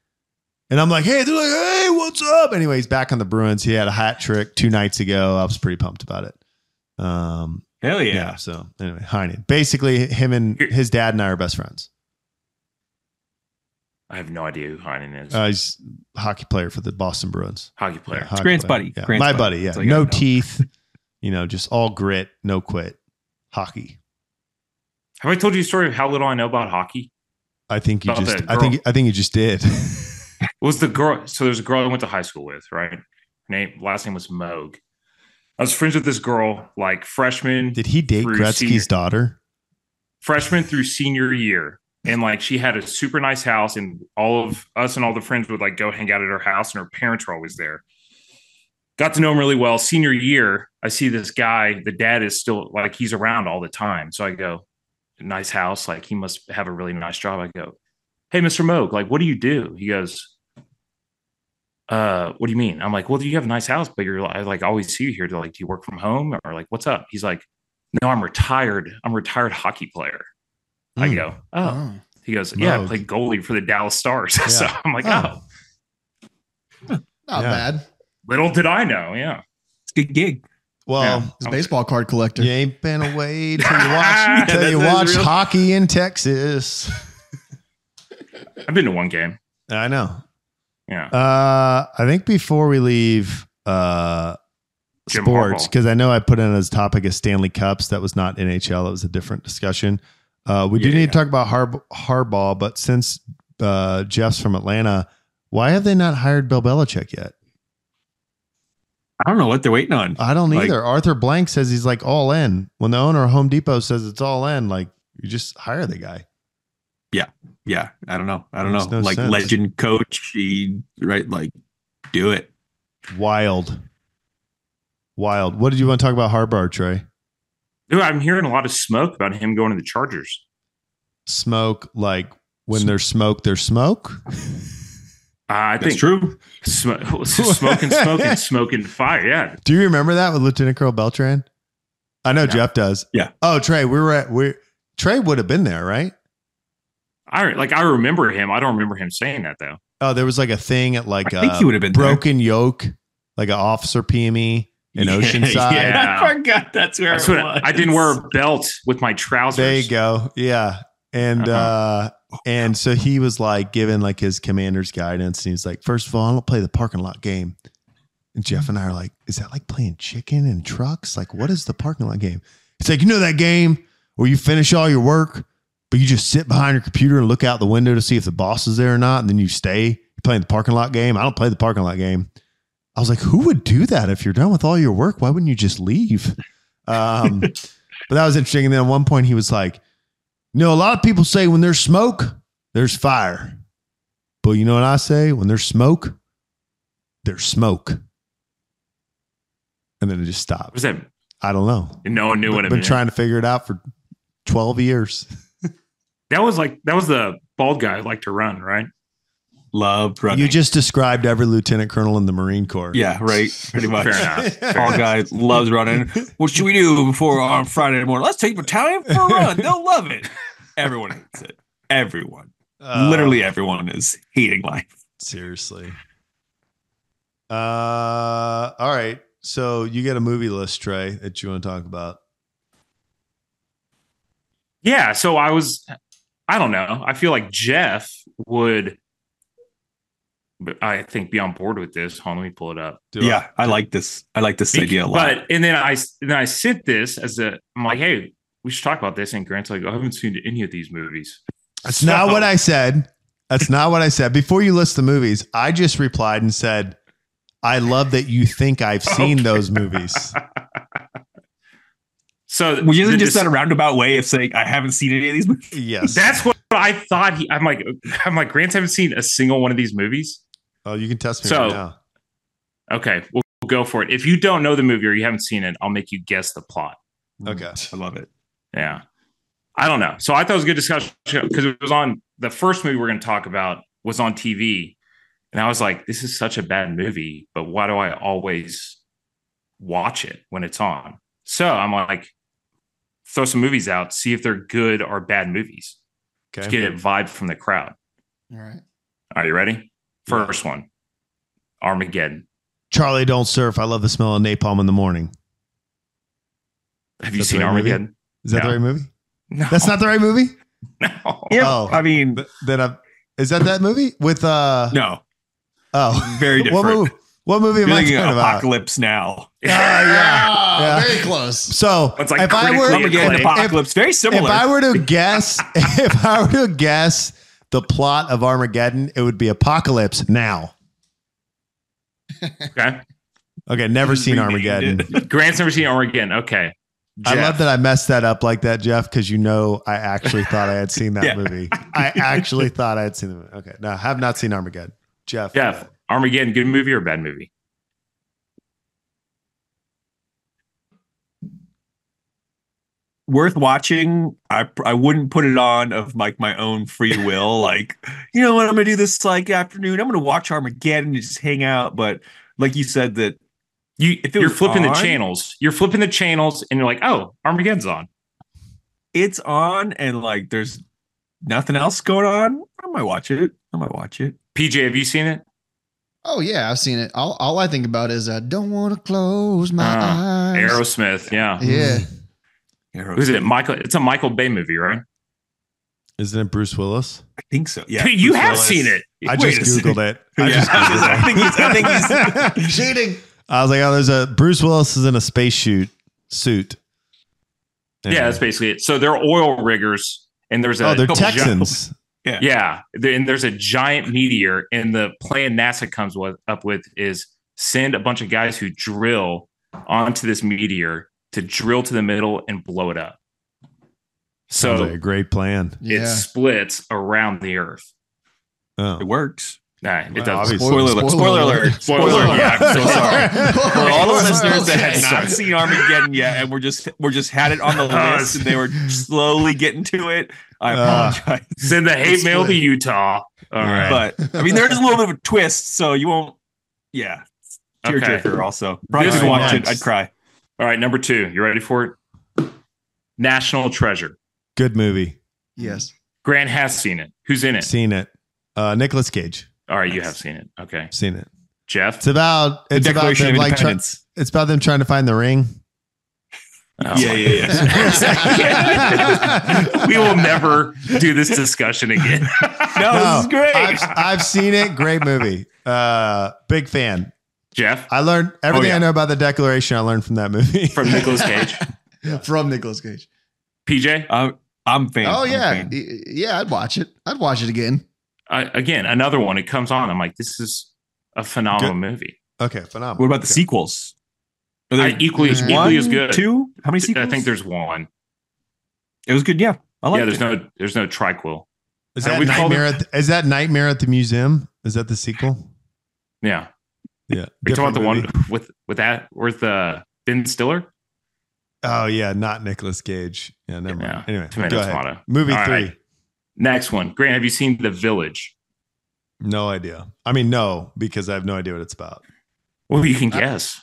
Speaker 1: And I'm like, hey, they're like, hey, what's up? Anyway, he's back on the Bruins. He had a hat trick two nights ago. I was pretty pumped about it. Um,
Speaker 5: Hell
Speaker 1: yeah.
Speaker 5: yeah.
Speaker 1: So anyway, Heinen. Basically, him and his dad and I are best friends.
Speaker 4: I have no idea who Heinen is.
Speaker 1: Uh, he's a hockey player for the Boston Bruins.
Speaker 4: Hockey player.
Speaker 1: Yeah, hockey
Speaker 5: Grant's
Speaker 1: player.
Speaker 5: buddy.
Speaker 1: Yeah,
Speaker 5: Grant's
Speaker 1: my buddy.
Speaker 5: buddy.
Speaker 1: Yeah.
Speaker 5: That's all you
Speaker 1: No
Speaker 5: gotta know.
Speaker 1: teeth. You know, just all grit, no quit. Hockey.
Speaker 4: Have I told you a story of how little I know about hockey?
Speaker 1: I think you
Speaker 4: About
Speaker 1: just.
Speaker 4: that
Speaker 1: I think. I think you just did.
Speaker 4: was the girl. So there's a girl I went to high school with, right? Her name, last name was Moog. I was friends with this girl like freshman,
Speaker 1: Did he date
Speaker 4: Through
Speaker 1: Gretzky's
Speaker 4: senior-
Speaker 1: daughter?
Speaker 4: freshman through senior year. And like she had a super nice house, and all of us and all the friends would like go hang out at her house, and her parents were always there. Got to know him really well. Senior year, I see this guy, the dad is still like he's around all the time. So I go, nice house. Like he must have a really nice job. I go, hey, Mr. Moog, like, what do you do? He goes, uh, what do you mean? I'm like, well, you have a nice house, but you're I like always see you here. They're like, do you work from home or like, what's up? He's like, no, I'm retired. I'm a retired hockey player. I
Speaker 1: Mm.
Speaker 4: go, oh.
Speaker 2: Oh.
Speaker 4: He goes, yeah, I
Speaker 1: Moog.
Speaker 4: played goalie for the Dallas Stars. so
Speaker 1: Yeah.
Speaker 4: I'm like,
Speaker 1: Oh.
Speaker 4: oh.
Speaker 2: Not
Speaker 1: Yeah.
Speaker 2: bad.
Speaker 4: little did I know. Yeah.
Speaker 5: It's a good gig.
Speaker 1: Well,
Speaker 4: Yeah.
Speaker 2: He's a baseball card collector.
Speaker 1: you ain't been away till you watch till
Speaker 5: That's-
Speaker 1: you
Speaker 5: that's
Speaker 1: watch
Speaker 5: real.
Speaker 1: hockey in Texas.
Speaker 4: I've been to one game.
Speaker 1: I know.
Speaker 4: Yeah.
Speaker 1: Uh, I think before we leave uh,
Speaker 4: Jim
Speaker 1: sports,
Speaker 4: Harbaugh.
Speaker 1: because I know I put in as topic as Stanley Cups. That was not NHL. That was a different discussion. Uh, we do
Speaker 5: Yeah,
Speaker 1: need
Speaker 5: yeah.
Speaker 1: to talk about Harb- Harbaugh, but since uh, Jeff's from Atlanta, why have they not hired Bill Belichick yet?
Speaker 5: I don't know what they're waiting on.
Speaker 1: I don't
Speaker 5: Like-
Speaker 1: either. Arthur Blank says he's like all in. When the owner of Home Depot says it's all in, like you just hire the guy.
Speaker 5: yeah, I don't know. I don't
Speaker 1: Makes
Speaker 5: know.
Speaker 1: no
Speaker 5: like
Speaker 1: sense.
Speaker 5: legend coach, he right, like do it.
Speaker 1: Wild. Wild. What did you want to talk about Harbaugh, Trey?
Speaker 4: Dude, I'm hearing a lot of smoke about him going to the Chargers.
Speaker 1: Smoke, like When there's smoke, there's smoke.
Speaker 4: Uh, I
Speaker 5: That's
Speaker 4: think
Speaker 5: true.
Speaker 4: sm- smoking, smoking, smoking fire. Yeah,
Speaker 1: Do you remember that with Lieutenant Colonel Beltran? I know
Speaker 4: No.
Speaker 1: Jeff does.
Speaker 5: Yeah.
Speaker 1: Oh, Trey, we were at we Trey would have been there, right?
Speaker 4: I like. I remember him. I don't remember him saying that though.
Speaker 1: Oh, there was like a thing at like
Speaker 5: I think
Speaker 1: uh,
Speaker 5: he would have been there.
Speaker 1: broken yoke, like an officer E. PME in
Speaker 5: Yeah,
Speaker 1: Oceanside.
Speaker 5: Yeah, I forgot that's where
Speaker 4: That's
Speaker 5: it
Speaker 4: what
Speaker 5: was.
Speaker 4: I didn't wear a belt with my trousers.
Speaker 1: There you go. Yeah. And uh and so he was like giving like his commander's guidance and he's like, first of all, I don't play the parking lot game. And Jeff and I are like, is that like playing chicken and trucks? Like, what is the parking lot game? It's like, you know that game where you finish all your work, but you just sit behind your computer and look out the window to see if the boss is there or not, and then you stay You're playing the parking lot game. I don't play the parking lot game. I was like, who would do that if you're done with all your work? Why wouldn't you just leave? Um But that was interesting. And then at one point, he was like, "No, a lot of people say when there's smoke, there's fire. But you know what I say? When there's smoke, there's smoke. And then it just
Speaker 4: What was
Speaker 1: stops.
Speaker 4: that?
Speaker 1: I don't know.
Speaker 4: And no one knew what it
Speaker 1: I've been
Speaker 4: meant.
Speaker 1: trying to figure it out for 12 years.
Speaker 4: that was like that was the bald guy who liked to run, right?
Speaker 5: Love running.
Speaker 1: You just described every lieutenant colonel in the Marine Corps.
Speaker 5: yeah, right. Pretty much.
Speaker 4: Fair enough.
Speaker 5: All guys loves running. What should we do before on Friday morning? Let's take battalion for a run. They'll love it. Everyone hates it. Everyone,
Speaker 1: Uh,
Speaker 5: literally everyone, is hating life.
Speaker 1: Seriously. Uh, all right. So you got a movie list, Trey, that you want to talk about.
Speaker 4: Yeah. So I was, I don't know. I feel like Jeff would, but I think be on board with this. Hold on, let me pull it up.
Speaker 1: Do I-
Speaker 5: Yeah, I like this. I like this idea a lot.
Speaker 4: But and then I and then I sent this as a. I'm like, hey, we should talk about this. And Grant's like, I haven't seen any of these movies.
Speaker 1: That's
Speaker 4: So-
Speaker 1: not what I said. That's not what I said. Before you list the movies, I just replied and said, I love that you think I've seen
Speaker 4: Okay.
Speaker 1: those movies.
Speaker 4: So
Speaker 5: Which isn't
Speaker 4: the
Speaker 5: just
Speaker 4: dis-
Speaker 5: that a roundabout way of saying I haven't seen any of these movies.
Speaker 1: Yes.
Speaker 4: That's what I thought. He, I'm like, I'm like, Grant's haven't seen a single one of these movies.
Speaker 1: oh, you can test me
Speaker 4: So-
Speaker 1: right now.
Speaker 4: Okay, we'll go for it. If you don't know the movie or you haven't seen it, I'll make you guess the plot.
Speaker 1: Okay.
Speaker 5: I love it.
Speaker 4: Yeah. I don't know. So I thought it was a good discussion because it was on the first movie we're going to talk about was on TV. And I was like, this is such a bad movie, but why do I always watch it when it's on? So I'm like, throw some movies out, see if they're good or bad movies. Just
Speaker 1: Okay.
Speaker 4: get a vibe from the crowd.
Speaker 2: All right.
Speaker 4: Are you ready? First one Armageddon.
Speaker 1: Charlie Don't Surf. I love the smell of napalm in the morning.
Speaker 4: Have you
Speaker 1: That's
Speaker 4: seen
Speaker 1: the right movie?
Speaker 4: Armageddon?
Speaker 1: Is that
Speaker 4: No.
Speaker 1: the right movie?
Speaker 4: No.
Speaker 1: That's not the right movie?
Speaker 4: no.
Speaker 5: Yeah,
Speaker 1: Oh.
Speaker 5: I mean,
Speaker 1: Th- Then I've, is that that movie with uh
Speaker 5: no,
Speaker 1: oh
Speaker 5: very different.
Speaker 1: what movie what movie am
Speaker 5: You're
Speaker 1: I
Speaker 5: thinking
Speaker 1: talking about?
Speaker 5: apocalypse now.
Speaker 1: Oh, yeah.
Speaker 2: Ah,
Speaker 1: Yeah.
Speaker 2: Very close.
Speaker 1: So
Speaker 4: It's like
Speaker 1: if I
Speaker 4: critically
Speaker 1: were
Speaker 5: Come again,
Speaker 4: If-
Speaker 5: apocalypse. Very similar.
Speaker 1: If I were to guess, if I were to guess the plot of Armageddon, it would be Apocalypse Now.
Speaker 4: Okay.
Speaker 1: Okay, never
Speaker 5: Just
Speaker 1: seen
Speaker 5: renamed
Speaker 1: Armageddon.
Speaker 5: it.
Speaker 4: Grant's never seen Armageddon. Okay.
Speaker 1: I
Speaker 4: Jeff.
Speaker 1: love that I messed that up like that, Jeff, because you know I actually thought I had seen that
Speaker 5: Yeah.
Speaker 1: movie. I actually thought I had seen the movie. Okay, no, I have not seen Armageddon. Jeff.
Speaker 4: Jeff, Armageddon, good movie or bad movie?
Speaker 5: worth watching. I I wouldn't put it on of like my own free will. like, you know what? I'm gonna do this like afternoon. I'm gonna watch Armageddon and just hang out. But like you said, that
Speaker 4: You,
Speaker 5: If it
Speaker 4: you're
Speaker 5: was
Speaker 4: flipping
Speaker 5: on-
Speaker 4: the channels. You're flipping the channels, and you're like, "Oh, Armageddon's on."
Speaker 5: it's on and like there's nothing else going on. I might watch it. I might watch it.
Speaker 4: PJ, have you seen it?
Speaker 2: Oh yeah, I've seen it. All, all I think about is I don't want to close my
Speaker 4: Ah,
Speaker 2: eyes.
Speaker 4: Aerosmith, yeah.
Speaker 2: Yeah.
Speaker 4: Who's it? Michael. It's a Michael Bay movie, right?
Speaker 1: Isn't it Bruce Willis?
Speaker 5: I think so. Yeah,
Speaker 4: you
Speaker 5: Bruce
Speaker 4: have
Speaker 5: Willis.
Speaker 4: seen it.
Speaker 1: I
Speaker 5: Wait
Speaker 1: just
Speaker 5: a second.
Speaker 1: googled it. I
Speaker 5: Yeah.
Speaker 1: just googled
Speaker 5: I think he's- I think he's-
Speaker 1: it.
Speaker 2: Cheating.
Speaker 1: I was like, oh, there's a Bruce Willis is in a space shoot suit.
Speaker 4: Yeah, that's basically it. So they're oil riggers, and there's a
Speaker 1: oh, they're
Speaker 4: couple gi-
Speaker 1: Texans.
Speaker 4: yeah, there- and there's a giant meteor, and the plan NASA comes with, up with is send a bunch of guys who drill onto this meteor to drill to the middle and blow it up. So
Speaker 1: Sounds like a great plan.
Speaker 2: Yeah.
Speaker 4: it splits around the earth.
Speaker 1: Oh.
Speaker 5: It works.
Speaker 4: Nah, it doesn't.
Speaker 1: obviously.
Speaker 5: Spoiler alert. Spoiler alert. Spoiler
Speaker 4: Spoiler
Speaker 5: alert. Yeah, I'm so sorry. For all the listeners that
Speaker 2: Okay.
Speaker 5: had not seen Armageddon yet and we're just we're just had it on the list and they were slowly getting to it, I
Speaker 1: Uh,
Speaker 5: apologize.
Speaker 4: Send the hate mail to Utah. All right.
Speaker 5: But I mean there's a little bit of a twist, so you won't yeah.
Speaker 4: Okay.
Speaker 5: Tearjerker also. Probably
Speaker 4: This
Speaker 5: didn't watch it,
Speaker 1: one's-
Speaker 5: I'd cry.
Speaker 4: All right, number two. You ready for it? National Treasure.
Speaker 1: Good movie.
Speaker 2: Yes.
Speaker 4: Grant has seen it. Who's in it?
Speaker 1: Seen it. Uh, Nicholas Cage.
Speaker 4: All right, you have seen it. Okay,
Speaker 1: Seen it.
Speaker 4: Jeff.
Speaker 1: It's about
Speaker 5: The
Speaker 1: it's about
Speaker 5: Declaration
Speaker 1: them
Speaker 5: of
Speaker 1: like try-
Speaker 5: Independence.
Speaker 1: it's about them trying to find the ring.
Speaker 4: Oh,
Speaker 5: yeah, yeah, yeah.
Speaker 4: my- we will never do this discussion again.
Speaker 5: No,
Speaker 1: No,
Speaker 5: this is great.
Speaker 1: I've, I've seen it. Great movie. Uh, big fan.
Speaker 4: Jeff
Speaker 1: I learned everything
Speaker 5: Oh, yeah.
Speaker 1: I know about the Declaration. I learned from that movie.
Speaker 4: from Nicolas Cage.
Speaker 2: From Nicolas Cage.
Speaker 4: PJ
Speaker 5: I'm I'm fan.
Speaker 2: Oh
Speaker 5: I'm
Speaker 2: yeah,
Speaker 5: fan.
Speaker 2: Y- yeah. I'd watch it. I'd watch it again.
Speaker 4: I, Uh, again, another one. It comes on. I'm like, this is a phenomenal
Speaker 1: Good.
Speaker 4: movie.
Speaker 1: okay, phenomenal.
Speaker 5: What about the
Speaker 1: Okay.
Speaker 5: sequels? Are
Speaker 4: I, equally, Mm-hmm.
Speaker 2: one,
Speaker 4: equally as good.
Speaker 5: Two? How many sequels?
Speaker 4: I think there's one.
Speaker 5: it was good. Yeah, I like
Speaker 4: yeah,
Speaker 5: it.
Speaker 4: there's no there's no Triquil.
Speaker 1: Is
Speaker 4: That
Speaker 1: that,
Speaker 4: we call
Speaker 1: nightmare? At the, is that Nightmare at the Museum? Is that the sequel?
Speaker 4: Yeah,
Speaker 1: Yeah.
Speaker 4: we talking about the
Speaker 1: Different
Speaker 4: one with with that with uh, Ben Stiller.
Speaker 1: Oh yeah, not Nicolas Cage. Yeah, never mind.
Speaker 4: Yeah.
Speaker 1: Anyway,
Speaker 4: Tomato,
Speaker 1: go ahead.
Speaker 4: tomato.
Speaker 1: Movie
Speaker 4: All
Speaker 1: three.
Speaker 4: right. Next one, Grant. Have you seen The Village?
Speaker 1: No idea. I mean, no, because I have no idea what it's about.
Speaker 4: Well, you can guess.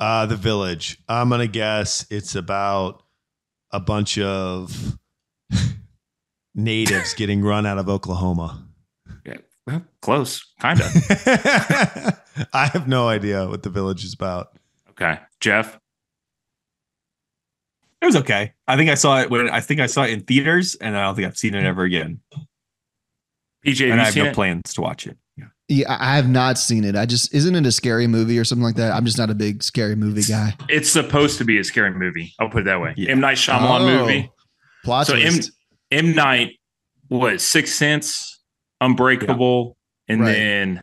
Speaker 1: Uh, the village. I'm gonna guess it's about a bunch of natives getting run out of Oklahoma.
Speaker 4: Well, Close, kind of.
Speaker 1: I have no idea what the village is about.
Speaker 4: okay, Jeff.
Speaker 5: it was okay. I think I saw it when I think I saw it in theaters, and I don't think I've seen it ever again.
Speaker 4: PJ,
Speaker 5: and I
Speaker 4: have you
Speaker 5: have
Speaker 4: seen
Speaker 5: no
Speaker 4: it?
Speaker 5: plans to watch it. Yeah.
Speaker 2: Yeah, I I have not seen it. I just isn't it a scary movie or something like that. I'm just not a big scary movie guy.
Speaker 4: It's supposed to be a scary movie. I'll put it that way.
Speaker 5: Yeah.
Speaker 4: M Night Shyamalan
Speaker 2: Oh.
Speaker 4: movie.
Speaker 2: Plot
Speaker 4: So M,
Speaker 2: twist.
Speaker 4: M Night was Sixth Sense, Unbreakable, and
Speaker 2: Right.
Speaker 4: then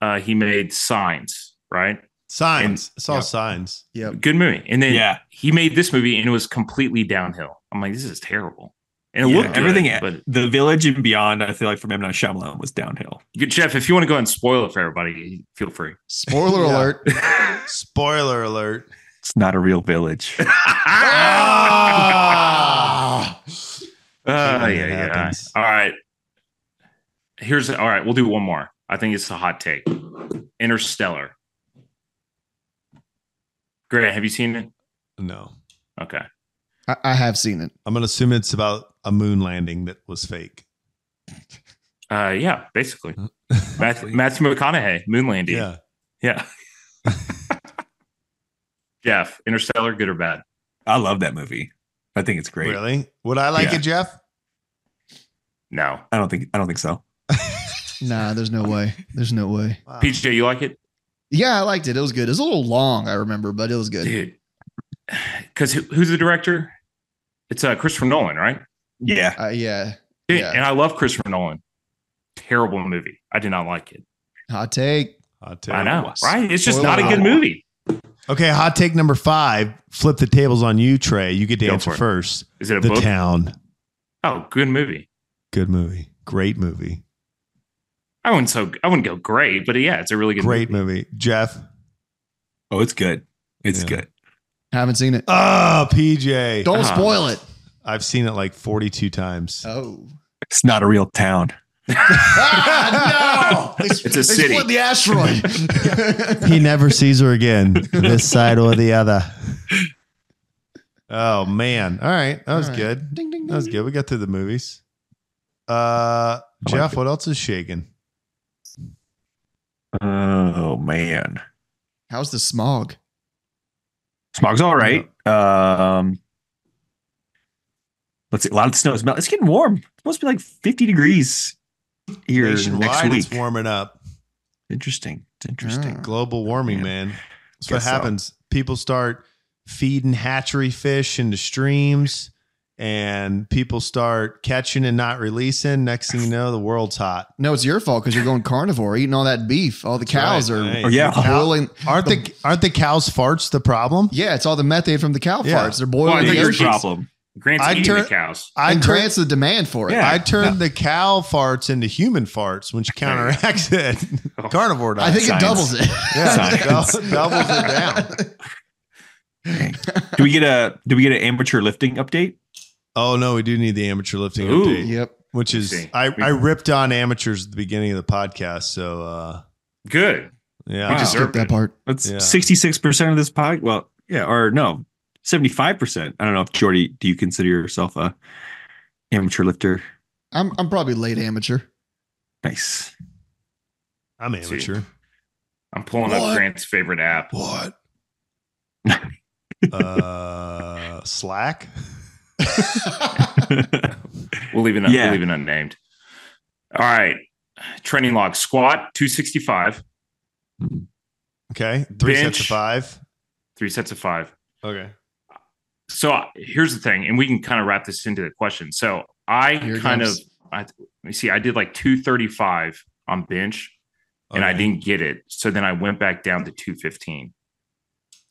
Speaker 4: uh, he made Signs. Right,
Speaker 1: Signs. I saw
Speaker 4: Yep.
Speaker 1: signs.
Speaker 2: yep.
Speaker 4: good movie. And then
Speaker 5: Yeah.
Speaker 4: he made this movie, and it was completely downhill. I'm like, this is terrible. And it
Speaker 5: Yeah,
Speaker 4: looked good,
Speaker 5: everything-
Speaker 4: but
Speaker 5: The Village and Beyond. I feel like from M Night Shyamalan was downhill.
Speaker 4: Jeff, if you want to go ahead and spoil it for everybody, feel free.
Speaker 2: Spoiler
Speaker 1: Yeah.
Speaker 2: alert.
Speaker 1: Spoiler alert.
Speaker 5: It's not a real village.
Speaker 1: Ah!
Speaker 4: Oh, yeah,
Speaker 1: Something
Speaker 4: yeah.
Speaker 1: happens.
Speaker 4: All right. Here's all right. We'll do one more. I think it's a hot take. Interstellar. Grant, have you seen it?
Speaker 1: No.
Speaker 4: Okay.
Speaker 2: I, I have seen it.
Speaker 1: I'm gonna assume it's about a moon landing that was fake.
Speaker 4: Uh, yeah, basically. Matthew, Matthew McConaughey, Moon landing.
Speaker 1: Yeah.
Speaker 4: Yeah. Jeff, Interstellar, good or bad?
Speaker 5: I love that movie. I think it's great.
Speaker 1: Really? Would I like
Speaker 5: Yeah.
Speaker 1: it, Jeff?
Speaker 4: No.
Speaker 5: I don't think I don't think so.
Speaker 2: Nah, there's no way. There's no way.
Speaker 1: Wow.
Speaker 4: PJ, you like it?
Speaker 2: Yeah, I liked it. It was good. It was a little long, I remember, but it was good.
Speaker 4: Dude. Because who's the director? It's uh, Christopher Nolan, right?
Speaker 1: Hmm.
Speaker 5: Yeah,
Speaker 2: Uh, yeah.
Speaker 4: Dude,
Speaker 2: Yeah.
Speaker 4: And I love Christopher Nolan. Terrible movie. I did not like it.
Speaker 2: Hot take.
Speaker 1: Hot take.
Speaker 4: I know,
Speaker 5: was-
Speaker 4: right? It's just
Speaker 2: Spoiler
Speaker 4: not a good
Speaker 1: uh,
Speaker 2: alert.
Speaker 4: movie.
Speaker 1: Okay, hot take number five. Flip the tables on you, Trey. You get to
Speaker 4: Go
Speaker 1: answer
Speaker 4: for it.
Speaker 1: first.
Speaker 4: Is it a
Speaker 1: The
Speaker 4: book?
Speaker 1: Town.
Speaker 4: Oh, good movie.
Speaker 1: Good movie. Great movie.
Speaker 4: I wouldn't so I wouldn't go great, but yeah, it's a really good
Speaker 1: Great
Speaker 4: movie.
Speaker 1: movie. Jeff.
Speaker 5: Oh, it's good. It's
Speaker 1: Yeah.
Speaker 5: good.
Speaker 2: Haven't seen it.
Speaker 1: Oh, PJ.
Speaker 2: Don't
Speaker 4: uh-huh.
Speaker 2: spoil it.
Speaker 1: I've seen it like 42 times.
Speaker 2: Oh.
Speaker 5: It's not a real town.
Speaker 2: Ah, no. They-
Speaker 4: a
Speaker 2: they
Speaker 4: city.
Speaker 2: split the asteroid.
Speaker 1: He never sees her again, this side or the other. Oh man. All right. That was
Speaker 2: All right.
Speaker 1: good.
Speaker 2: ding, ding,
Speaker 1: That was
Speaker 2: ding.
Speaker 1: good. We got through the movies. Uh Jeff, what else is shaking?
Speaker 5: Oh man.
Speaker 2: How's the smog?
Speaker 5: Smog's all right. Um, let's see. A lot of the snow is melting. It's getting warm. It's supposed to be like 50 degrees here next
Speaker 1: Nationwide,
Speaker 5: week.
Speaker 1: it's warming up.
Speaker 5: Interesting. It's interesting.
Speaker 2: Yeah.
Speaker 1: Global warming, man. That's what
Speaker 5: Guess so.
Speaker 1: happens. People start feeding hatchery fish into streams and people start catching and not releasing. Next thing you know, the world's hot.
Speaker 2: No, it's your fault because you're going carnivore, eating all that beef. All the cows
Speaker 1: right.
Speaker 2: are
Speaker 1: Hey. Uh-huh.
Speaker 5: Oh, yeah.
Speaker 2: boiling.
Speaker 1: Aren't the aren't the cows farts the problem?
Speaker 2: Yeah, it's all the methane from the cow
Speaker 1: Yeah.
Speaker 2: farts. They're boiling
Speaker 5: Well, I
Speaker 4: Well,
Speaker 5: think
Speaker 2: the
Speaker 5: your
Speaker 2: oceans.
Speaker 5: problem.
Speaker 4: Grant's
Speaker 1: I
Speaker 4: eating
Speaker 1: turn-
Speaker 4: the cows.
Speaker 1: I
Speaker 2: and
Speaker 1: turn,
Speaker 2: grants the demand for it.
Speaker 5: Yeah.
Speaker 1: I turn the cow farts into human farts, which counteracts it.
Speaker 4: Oh,
Speaker 1: Carnivore diet.
Speaker 2: I think
Speaker 5: Science.
Speaker 2: it doubles it.
Speaker 1: yeah, it
Speaker 5: Science.
Speaker 1: dou- doubles it down.
Speaker 5: Do we get a do we get an amateur lifting update?
Speaker 1: Oh no, we do need the amateur lifting
Speaker 4: Ooh.
Speaker 1: update,
Speaker 2: Yep.
Speaker 1: which is
Speaker 4: Interesting.
Speaker 1: I, I ripped on amateurs at the beginning of the podcast. So uh,
Speaker 4: Good.
Speaker 1: yeah,
Speaker 5: We
Speaker 2: Just
Speaker 4: Wow.
Speaker 2: skip that part.
Speaker 1: Yeah.
Speaker 5: That's sixty six percent of this pod. Well, yeah, or no, seventy five percent. I don't know if Jordy, do you consider yourself a amateur lifter?
Speaker 2: I'm I'm probably late amateur.
Speaker 5: Nice.
Speaker 1: I'm amateur.
Speaker 4: I'm pulling
Speaker 1: What?
Speaker 4: up Grant's favorite app.
Speaker 1: What? uh, Slack.
Speaker 4: We'll leave it.
Speaker 5: Yeah.
Speaker 4: We'll leave it unnamed. All right. Training log: squat 265,
Speaker 1: Okay, three sets
Speaker 4: Bench.
Speaker 1: of five.
Speaker 4: three sets of five.
Speaker 1: Okay.
Speaker 4: So I- here's the thing, and we can kind of wrap this into the question. So I
Speaker 2: Here it
Speaker 4: kind
Speaker 2: comes.
Speaker 4: of, I, let me see, I did like 235 on bench, and I
Speaker 1: Okay.
Speaker 4: didn't get it. So then I went back down to 215.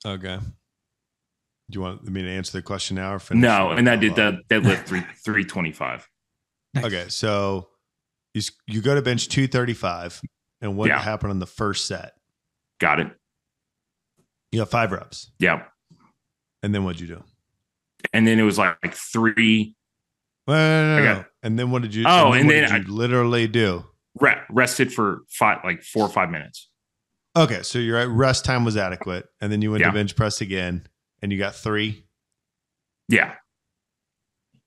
Speaker 1: Okay. Do you want me to answer the question now or finish?
Speaker 4: No, and I did
Speaker 1: that.
Speaker 4: the deadlift three 325.
Speaker 1: Okay, so you s- you go to bench two thirty five, and what
Speaker 4: Yeah.
Speaker 1: happened on the first set?
Speaker 4: Got it.
Speaker 1: You got five reps,
Speaker 4: Yeah.
Speaker 1: and then what'd you do?
Speaker 4: And then it was like, like three
Speaker 1: No, no, no,
Speaker 4: I
Speaker 1: no,
Speaker 4: got-
Speaker 1: no. And then what did you?
Speaker 4: Oh, and
Speaker 1: what
Speaker 4: then
Speaker 1: did
Speaker 4: I-
Speaker 1: you literally do.
Speaker 4: re- rested for five, like four or five minutes.
Speaker 1: Okay, so your rest time was adequate, and then you went
Speaker 4: Yeah.
Speaker 1: to bench press again, and you got three,
Speaker 4: Yeah.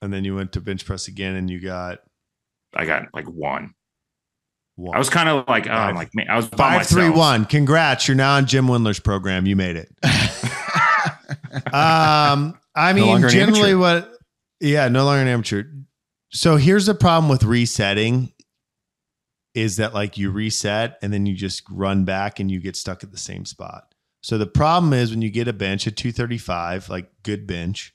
Speaker 1: and then you went to bench press again, and you got
Speaker 4: I got like one.
Speaker 1: one.
Speaker 4: I was kind of like, oh,
Speaker 1: Five.
Speaker 4: I'm like, man, I was by
Speaker 1: Five, three,
Speaker 4: myself.
Speaker 1: one. Congrats! You're now on Jim Windler's program. You made it. um, I
Speaker 5: No
Speaker 1: mean,
Speaker 5: longer an
Speaker 1: generally,
Speaker 5: amateur.
Speaker 1: what? Yeah, no longer an amateur. So here's the problem with resetting: is that like you reset and then you just run back and you get stuck at the same spot. So the problem is when you get a bench at 235, like good bench,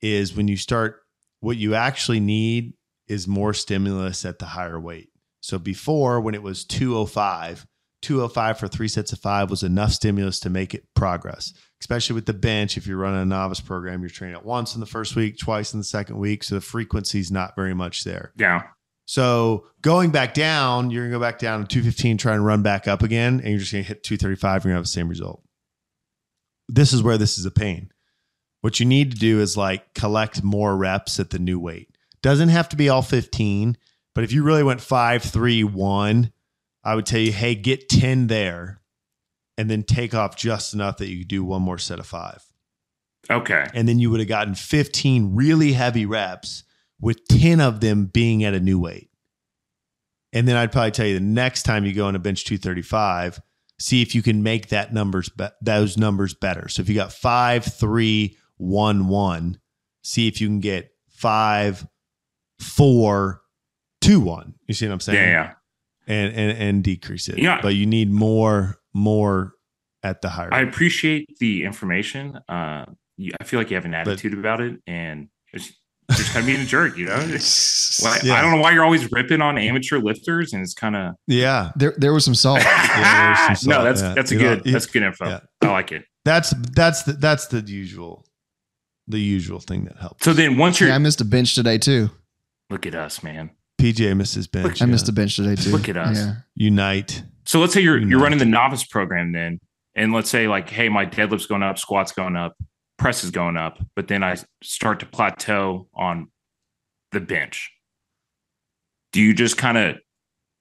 Speaker 1: is when you start. What you actually need is more stimulus at the higher weight. So before, when it was 205, 205 for three sets of oh five was enough stimulus to make it progress, especially with the bench. If you're running a novice program, you're training it once in the first week, twice in the second week. So the frequency is not very much there.
Speaker 4: Yeah.
Speaker 1: So going back down, you're going to go back down to 215, try and run back up again, and you're just going to hit 235. You're going to have the same result. This is where this is a pain. What you need to do is like collect more reps at the new weight. Doesn't have to be all 15, but if you really went five, three, one, I would tell you, hey, get 10 there and then take off just enough that you could do one more set of five
Speaker 4: Okay.
Speaker 1: and then you would have gotten 15 really heavy reps with 10 of them being at a new weight. And then I'd probably tell you the next time you go on a bench 235, see if you can make that numbers be- those numbers better. So if you got five, three, one, one, see if you can get five, four, two, one. You see what I'm
Speaker 4: Yeah.
Speaker 1: saying?
Speaker 4: Yeah.
Speaker 1: And and and decrease it.
Speaker 4: Yeah.
Speaker 1: But you need more, more at the higher.
Speaker 4: I appreciate the information. Uh, you, I feel like you have an
Speaker 1: But-
Speaker 4: attitude about it, and it's just kind of being a jerk, you know. It's- why-
Speaker 1: Yeah.
Speaker 4: I don't know why you're always ripping on amateur lifters, and it's kind of
Speaker 1: yeah.
Speaker 2: There there was some salt.
Speaker 1: Oh, yeah, there's some
Speaker 4: no.
Speaker 1: salt,
Speaker 4: That's
Speaker 1: yeah.
Speaker 4: that's a
Speaker 1: You know,
Speaker 4: good
Speaker 1: you-
Speaker 4: that's good info.
Speaker 1: yeah.
Speaker 4: I like it.
Speaker 1: That's that's the that's the usual, the usual thing that helps.
Speaker 4: So then once you're
Speaker 2: Yeah, I missed a bench today too.
Speaker 4: look at us, man.
Speaker 1: PJ misses bench. uh,
Speaker 2: I missed a bench today too.
Speaker 4: Look at us.
Speaker 2: Yeah.
Speaker 1: Unite.
Speaker 4: So let's say you're
Speaker 1: Who
Speaker 4: you're
Speaker 1: knows?
Speaker 4: running the novice program then, and let's say like, hey, my deadlift's going up, squats going up, press is going up, but then I start to plateau on the bench. Do you just kind of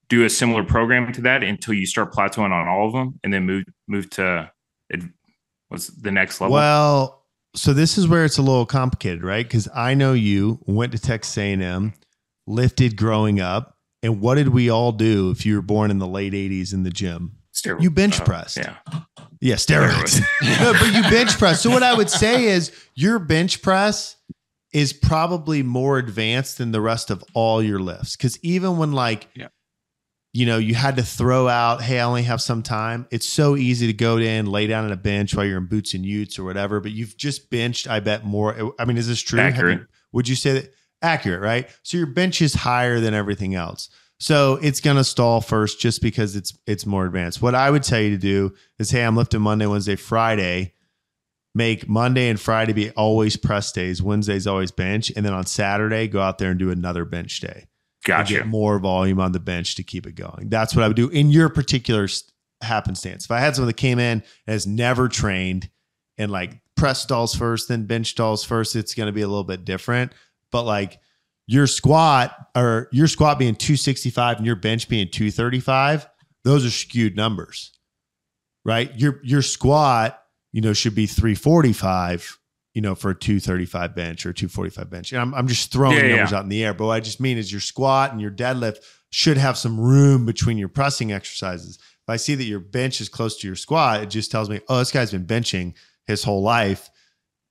Speaker 4: do a similar program to that until you start plateauing on all of them, and then move move to ad- what's the next level?
Speaker 1: Well, so this is where it's a little complicated, right? Because I know you went to Texas A&M, lifted growing up, and what did we all do if you were born in the late '80s in the gym?
Speaker 4: Stair-
Speaker 1: you bench
Speaker 4: uh,
Speaker 1: pressed.
Speaker 4: Yeah,
Speaker 1: Yeah, steroids. no, but you bench press. So what I would say is your bench press is probably more advanced than the rest of all your lifts. Cause even when like
Speaker 5: Yeah.
Speaker 1: you know, you had to throw out, hey, I only have some time. It's so easy to go in, lay down on a bench while you're in boots and utes or whatever, but you've just benched, I bet, more. uh, I mean, is this true? Have you-
Speaker 4: accurate.
Speaker 1: would you say that accurate, right? So your bench is higher than everything else. So it's gonna stall first just because it's it's more advanced. What I would tell you to do is hey, I'm lifting Monday, Wednesday, Friday. make Monday and Friday be always press days, Wednesday's always bench, and then on Saturday go out there and do another bench day. and
Speaker 4: Gotcha.
Speaker 1: Get more volume on the bench to keep it going. That's what I would do in your particular s- happenstance. If I had someone that came in and has never trained and like press stalls first, then bench stalls first, it's going to be a little bit different. But like your squat or your squat being 265 and your bench being 235, those are skewed numbers, right? Your, your squat, you know, should be 345, you know, for a 235 bench or 245 bench. And I'm, I'm just throwing
Speaker 4: Yeah, yeah,
Speaker 1: numbers out in the air. But what I just mean is your squat and your deadlift should have some room between your pressing exercises. If I see that your bench is close to your squat, it just tells me, oh, this guy's been benching his whole life.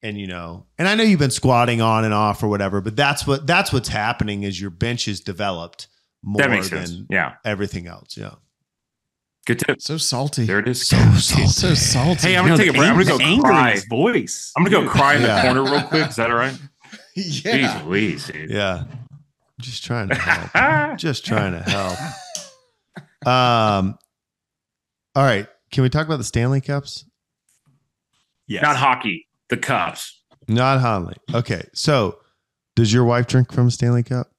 Speaker 1: And you know, and I know you've been squatting on and off or whatever, but that's what that's what's happening is your bench is developed more
Speaker 4: That makes
Speaker 1: than
Speaker 4: sense. Yeah.
Speaker 1: everything else. Yeah.
Speaker 4: Good tip.
Speaker 2: So salty. Oh,
Speaker 4: There it is.
Speaker 2: So salty.
Speaker 4: Hey, I'm gonna take a break. I'm gonna go
Speaker 5: anger in
Speaker 4: cry.
Speaker 5: his voice.
Speaker 4: I'm gonna go cry in the
Speaker 1: Yeah.
Speaker 4: corner real quick. Is that all right?
Speaker 2: yeah.
Speaker 4: Jeez Louise, dude.
Speaker 1: Yeah. Just trying to help. Just trying to help. Um all right. Can we talk about the Stanley Cups?
Speaker 5: Yes.
Speaker 4: Not hockey. The cups.
Speaker 1: Not Hanley. Okay. So does your wife drink from a Stanley Cup?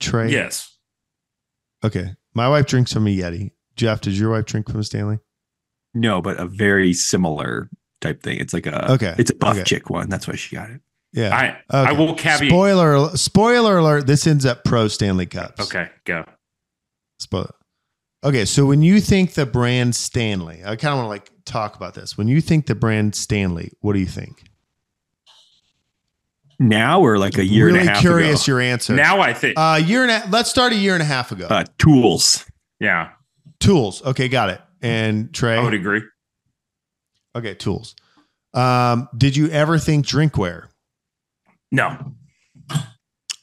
Speaker 1: Trey?
Speaker 4: Yes.
Speaker 1: Okay. My wife drinks from a Yeti. Jeff, does your wife drink from a Stanley?
Speaker 5: No, but a very similar type thing. It's like a
Speaker 1: Okay.
Speaker 5: It's a buff
Speaker 1: Okay.
Speaker 5: chick one. That's why she got it.
Speaker 1: Yeah.
Speaker 4: I
Speaker 1: Okay.
Speaker 4: I will caveat.
Speaker 1: Spoiler al- spoiler alert, this ends up pro Stanley Cups.
Speaker 4: okay, go.
Speaker 1: Spoiler. Okay, so when you think the brand Stanley, I kind of want to like talk about this. When you think the brand Stanley, what do you think?
Speaker 5: Now or like a year
Speaker 1: really
Speaker 5: and a half
Speaker 1: curious
Speaker 5: ago.
Speaker 1: your answer.
Speaker 4: Now I think.
Speaker 1: uh, year and a, let's start a year and a half ago.
Speaker 5: uh, tools.
Speaker 4: yeah,
Speaker 1: tools. Okay, got it. And Trey.
Speaker 4: I would agree.
Speaker 1: Okay, tools. Um, did you ever think drinkware?
Speaker 4: No.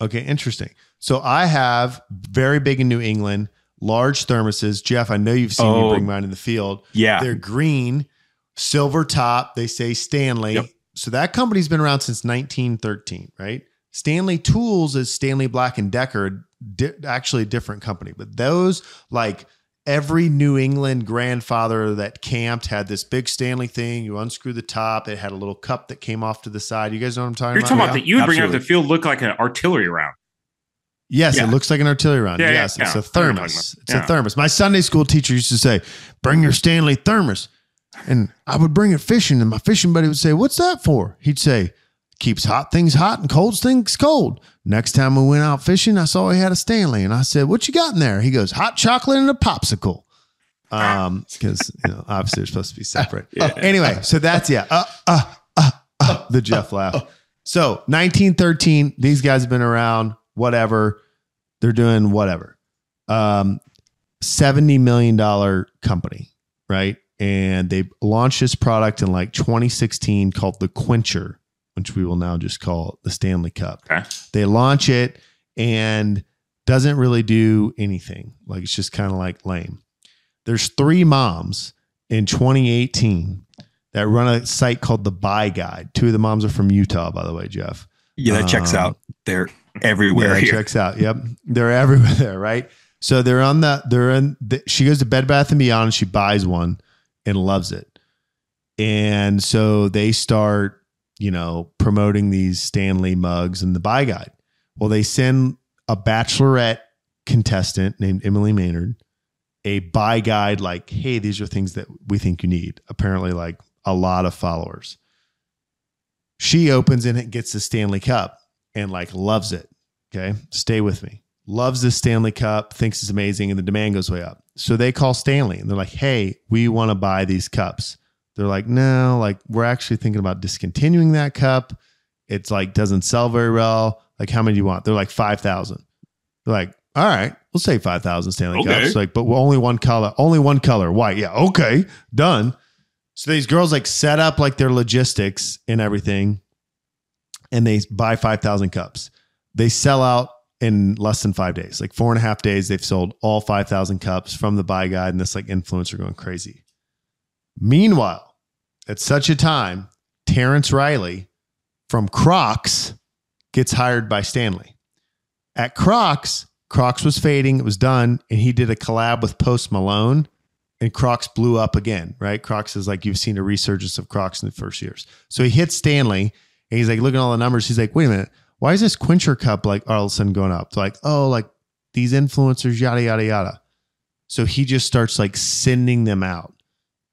Speaker 1: Okay, interesting. So I have very big in New England, large thermoses. Jeff, I know you've seen me
Speaker 5: Oh.
Speaker 1: bring mine in the field.
Speaker 5: Yeah.
Speaker 1: They're green, silver top. They say Stanley.
Speaker 5: Yep.
Speaker 1: So that company's been around since 1913, right? Stanley Tools is Stanley Black and Decker, di- actually a different company. But those, like every New England grandfather that camped, had this big Stanley thing. You unscrew the top. It had a little cup that came off to the side. You guys know what I'm talking
Speaker 4: You're
Speaker 1: about?
Speaker 4: talking about
Speaker 1: now?
Speaker 4: that you would bring out the
Speaker 5: Absolutely.
Speaker 4: field look like an artillery round.
Speaker 1: Yes,
Speaker 5: Yeah.
Speaker 1: it looks like an artillery round.
Speaker 4: Yeah, yeah,
Speaker 1: yes, it's
Speaker 4: yeah.
Speaker 1: a
Speaker 4: I know what you're
Speaker 1: thermos.
Speaker 4: talking
Speaker 1: It's
Speaker 4: about.
Speaker 1: a
Speaker 4: Yeah.
Speaker 1: thermos. My Sunday school teacher used to say, "Bring your Stanley thermos," and I would bring it fishing, and my fishing buddy would say, "What's that for?" He'd say, "Keeps hot things hot and cold things cold." Next time we went out fishing, I saw he had a Stanley, and I said, "What you got in there?" He goes, "Hot chocolate and a popsicle." Um, because you know, obviously they're supposed to be separate. Oh, Anyway, so that's yeah. Uh, uh, uh, uh, the Jeff laugh. So 1913, these guys have been around. Whatever, they're doing whatever. Um, seventy million dollar company, right? And they launched this product in like 2016 called the Quencher, which we will now just call the Stanley Cup.
Speaker 4: Okay.
Speaker 1: They launch it and doesn't really do anything. Like it's just kind of like lame. There's three moms in 2018 that run a site called the Buy Guide. Two of the moms are from Utah, by the way, Jeff.
Speaker 5: yeah, that checks
Speaker 1: um,
Speaker 5: out. They're everywhere
Speaker 1: Yeah, it
Speaker 5: here.
Speaker 1: checks out. Yep, they're everywhere there, right? So they're on the they're in. The, she goes to Bed Bath and Beyond. And she buys one and loves it, and so they start you know promoting these Stanley mugs and the buy guide. Well, they send a bachelorette contestant named Emily Maynard a buy guide like, hey, these are things that we think you need. Apparently, like a lot of followers. She opens and it gets the Stanley Cup and like loves it. Okay. Stay with me. Loves the Stanley Cup, thinks it's amazing, and the demand goes way up. So they call Stanley and they're like, hey, we want to buy these cups. They're like, no, like we're actually thinking about discontinuing that cup. It's like doesn't sell very well. Like, how many do you want? They're like 5,000. They're like, all right, we'll say 5,000 Stanley
Speaker 5: Okay.
Speaker 1: Cups. Like, but only one color, only one color, white. Yeah. Okay. Done. So these girls like set up like their logistics and everything and they buy 5,000 cups. They sell out in less than five days, like four and a half days. They've sold all 5,000 cups from the buy guide, and this like influencer going crazy. Meanwhile, at such a time, Terrence Riley from Crocs gets hired by Stanley. At Crocs, Crocs was fading, it was done, and he did a collab with Post Malone and Crocs blew up again, right? Crocs is like you've seen a resurgence of Crocs in the first years. So he hits Stanley and he's like, look at all the numbers. He's like, wait a minute, why is this Quincher Cup like all of a sudden going up? It's like, oh, like these influencers, yada, yada, yada. So he just starts like sending them out.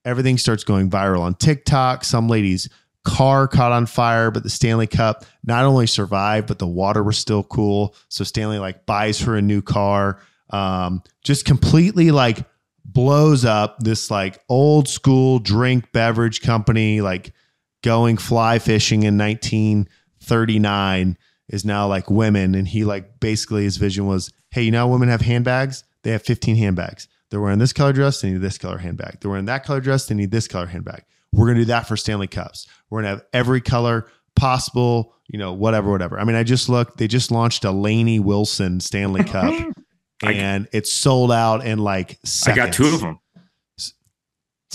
Speaker 1: Everything starts going viral on TikTok. Some lady's car caught on fire, but the Stanley Cup not only survived, but the water was still cool. So Stanley like buys her a new car. Um, just completely like blows up this like old school drink beverage company, like going fly fishing in 1939 is now like women. And he like basically his vision was, hey, you know, how women have handbags. They have 15 handbags. They're wearing this color dress. They need this color handbag. They're wearing that color dress. They need this color handbag. We're going to do that for Stanley Cups. We're going to have every color possible, you know, whatever, whatever. I mean, I just looked, they just launched a Laney Wilson Stanley Cup
Speaker 4: I-
Speaker 1: and it sold out in like
Speaker 4: I
Speaker 1: seconds.
Speaker 4: got two of them.
Speaker 1: So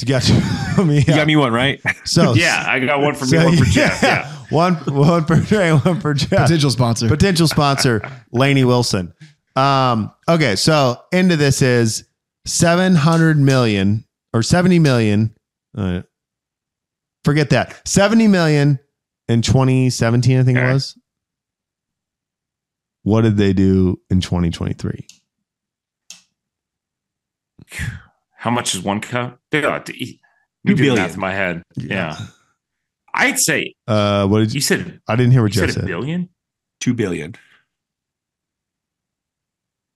Speaker 1: you got two of 'em, yeah.
Speaker 5: You got me one, right?
Speaker 1: So
Speaker 4: Yeah, I got one for me,
Speaker 1: so,
Speaker 4: one for Jeff.
Speaker 1: yeah.
Speaker 4: Yeah.
Speaker 1: One one for Trey, one for Jeff.
Speaker 2: Potential sponsor.
Speaker 1: Potential sponsor, Laney Wilson. Um, okay, so end of this is 700 million or 70 million. Uh, forget that. 70 million in 2017, I think
Speaker 4: Okay.
Speaker 1: it was. What did they do in 2023?
Speaker 4: How much is one cup? Dude, I- you
Speaker 5: Two
Speaker 4: did the
Speaker 5: billion.
Speaker 4: math in my head. Yeah. I'd say
Speaker 1: Uh, what did
Speaker 4: you
Speaker 1: you?
Speaker 4: said
Speaker 1: I didn't hear
Speaker 4: you
Speaker 1: what Jeff
Speaker 4: said a
Speaker 1: said.
Speaker 4: billion?
Speaker 5: Two billion.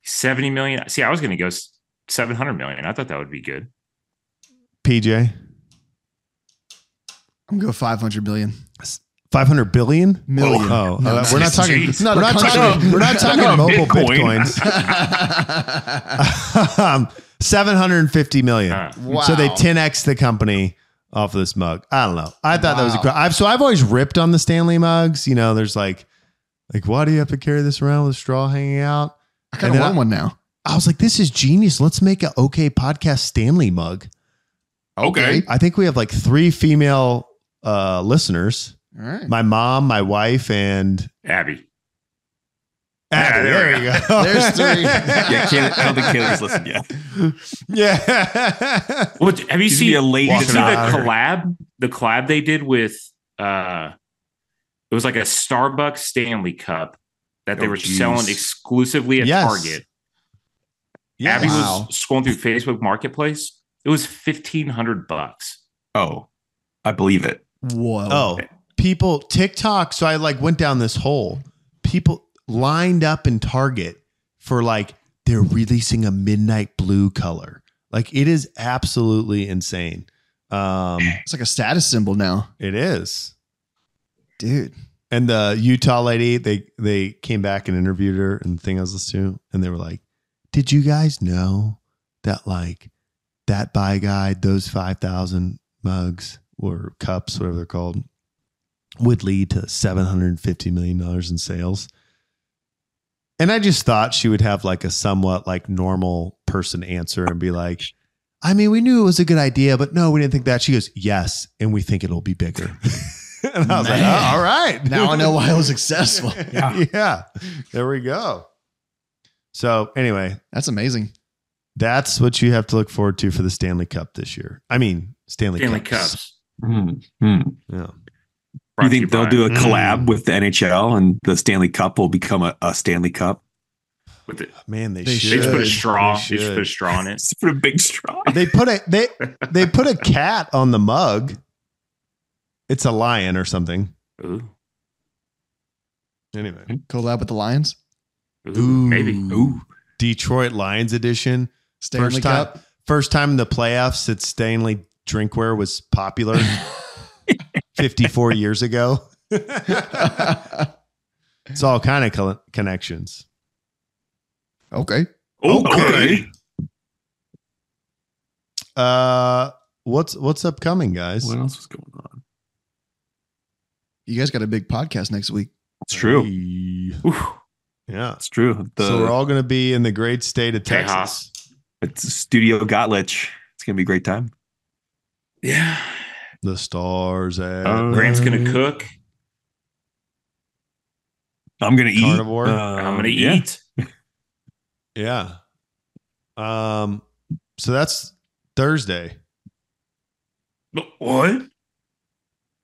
Speaker 4: 70 million. See, I was gonna go s- 700 million. I thought that would be good.
Speaker 1: PJ,
Speaker 2: I'm going to go 500 billion.
Speaker 1: 500 billion.
Speaker 2: Million.
Speaker 1: Oh,
Speaker 2: No,
Speaker 1: uh,
Speaker 2: no,
Speaker 1: we're not
Speaker 2: it's-
Speaker 1: talking.
Speaker 4: Jeez.
Speaker 2: It's not
Speaker 1: we're
Speaker 2: a
Speaker 1: not
Speaker 2: country.
Speaker 1: talking. We're not talking
Speaker 5: No,
Speaker 1: mobile
Speaker 5: Bitcoin.
Speaker 1: bitcoins. um, 750 million.
Speaker 4: Uh,
Speaker 2: wow.
Speaker 1: So they 10x the company off of this mug. I don't know. I thought that was a
Speaker 2: Wow.
Speaker 1: cra- I've so I've always ripped on the Stanley mugs. You know, there's like like why do you have to carry this around with a straw hanging out?
Speaker 2: I
Speaker 1: and
Speaker 2: kind
Speaker 1: then
Speaker 2: of
Speaker 1: I-
Speaker 2: want one now.
Speaker 1: I was like, this is genius. Let's make an okay podcast Stanley mug.
Speaker 5: Okay.
Speaker 1: I think we have like three female uh listeners.
Speaker 2: All right.
Speaker 1: My mom, my wife, and
Speaker 4: Abby.
Speaker 1: Abby.
Speaker 4: Yeah,
Speaker 1: there,
Speaker 4: there
Speaker 1: you go.
Speaker 2: There's three.
Speaker 5: Yeah, Kayla, I don't think Kayla's listened yet.
Speaker 1: yeah.
Speaker 4: What have you
Speaker 5: She's gonna
Speaker 4: seen?
Speaker 5: be a late
Speaker 4: Did you see the
Speaker 5: designer.
Speaker 4: collab? The collab they did with uh it was like a Starbucks Stanley Cup that they
Speaker 5: Oh,
Speaker 4: were
Speaker 5: geez.
Speaker 4: selling exclusively at
Speaker 1: Yes.
Speaker 4: Target.
Speaker 5: Yeah.
Speaker 4: Abby
Speaker 2: Wow.
Speaker 4: was scrolling through Facebook Marketplace. It was fifteen hundred bucks.
Speaker 5: Oh, I believe it.
Speaker 2: Whoa.
Speaker 1: Oh, people TikTok. So I like went down this hole. People lined up in Target for like they're releasing a midnight blue color. Like it is absolutely insane. Um,
Speaker 2: It's like a status symbol now.
Speaker 1: it is.
Speaker 2: Dude.
Speaker 1: And the Utah lady, they they came back and interviewed her and the thing I was listening to, and they were like, "Did you guys know that like that buy guide, those five thousand mugs or cups, whatever they're called, would lead to seven hundred and fifty million dollars in sales?" And I just thought she would have like a somewhat like normal person answer and be like. I mean, we knew it was a good idea, but no, we didn't think that. She goes, "Yes, and we think it'll be bigger." and I was like,
Speaker 2: Man.
Speaker 1: "Oh, "All right,
Speaker 2: Now I know why it was successful.
Speaker 1: yeah. yeah. There we go. So anyway,
Speaker 2: That's amazing.
Speaker 1: that's what you have to look forward to for the Stanley Cup this year. I mean, Stanley,
Speaker 4: Stanley
Speaker 1: Cups.
Speaker 4: Cups.
Speaker 5: Hmm, hmm.
Speaker 1: Yeah.
Speaker 4: Brought
Speaker 5: You
Speaker 4: to
Speaker 5: think they'll
Speaker 4: by-
Speaker 5: do a collab
Speaker 1: Mm.
Speaker 5: with the NHL and the Stanley Cup will become a, a Stanley Cup?
Speaker 4: with it?
Speaker 1: Man, they,
Speaker 2: They
Speaker 4: They
Speaker 1: should.
Speaker 4: just put a straw.
Speaker 1: They
Speaker 4: They just
Speaker 1: should.
Speaker 4: put a straw in it.
Speaker 5: It's for a big straw.
Speaker 1: They put a they they put a cat on the mug. It's a lion or something.
Speaker 4: Ooh,
Speaker 1: Anyway.
Speaker 2: Collab with the Lions.
Speaker 4: ooh, maybe.
Speaker 5: Ooh.
Speaker 1: Detroit Lions edition.
Speaker 2: Stanley
Speaker 1: First time.
Speaker 2: Cup.
Speaker 1: First time in the playoffs that Stanley drinkware was popular 54 years ago. It's all kind of coll- connections.
Speaker 2: okay.
Speaker 5: Okay.
Speaker 1: Uh, what's what's upcoming, guys?
Speaker 5: What else was going on?
Speaker 2: You guys got a big podcast next week.
Speaker 5: It's true.
Speaker 1: Hey.
Speaker 4: Ooh.
Speaker 1: Yeah.
Speaker 5: It's true. The
Speaker 1: so we're all going to be in the great state of
Speaker 4: Tejas.
Speaker 1: Texas.
Speaker 5: it's Studio Gottlich. It's gonna be a great time.
Speaker 4: Yeah.
Speaker 1: The stars at
Speaker 5: Uh,
Speaker 4: Grant's
Speaker 2: Oh.
Speaker 4: gonna cook.
Speaker 5: I'm gonna eat.
Speaker 1: Carnivore?
Speaker 4: I'm gonna
Speaker 5: Um, yeah.
Speaker 4: eat.
Speaker 1: yeah. Um. So that's Thursday.
Speaker 4: But What?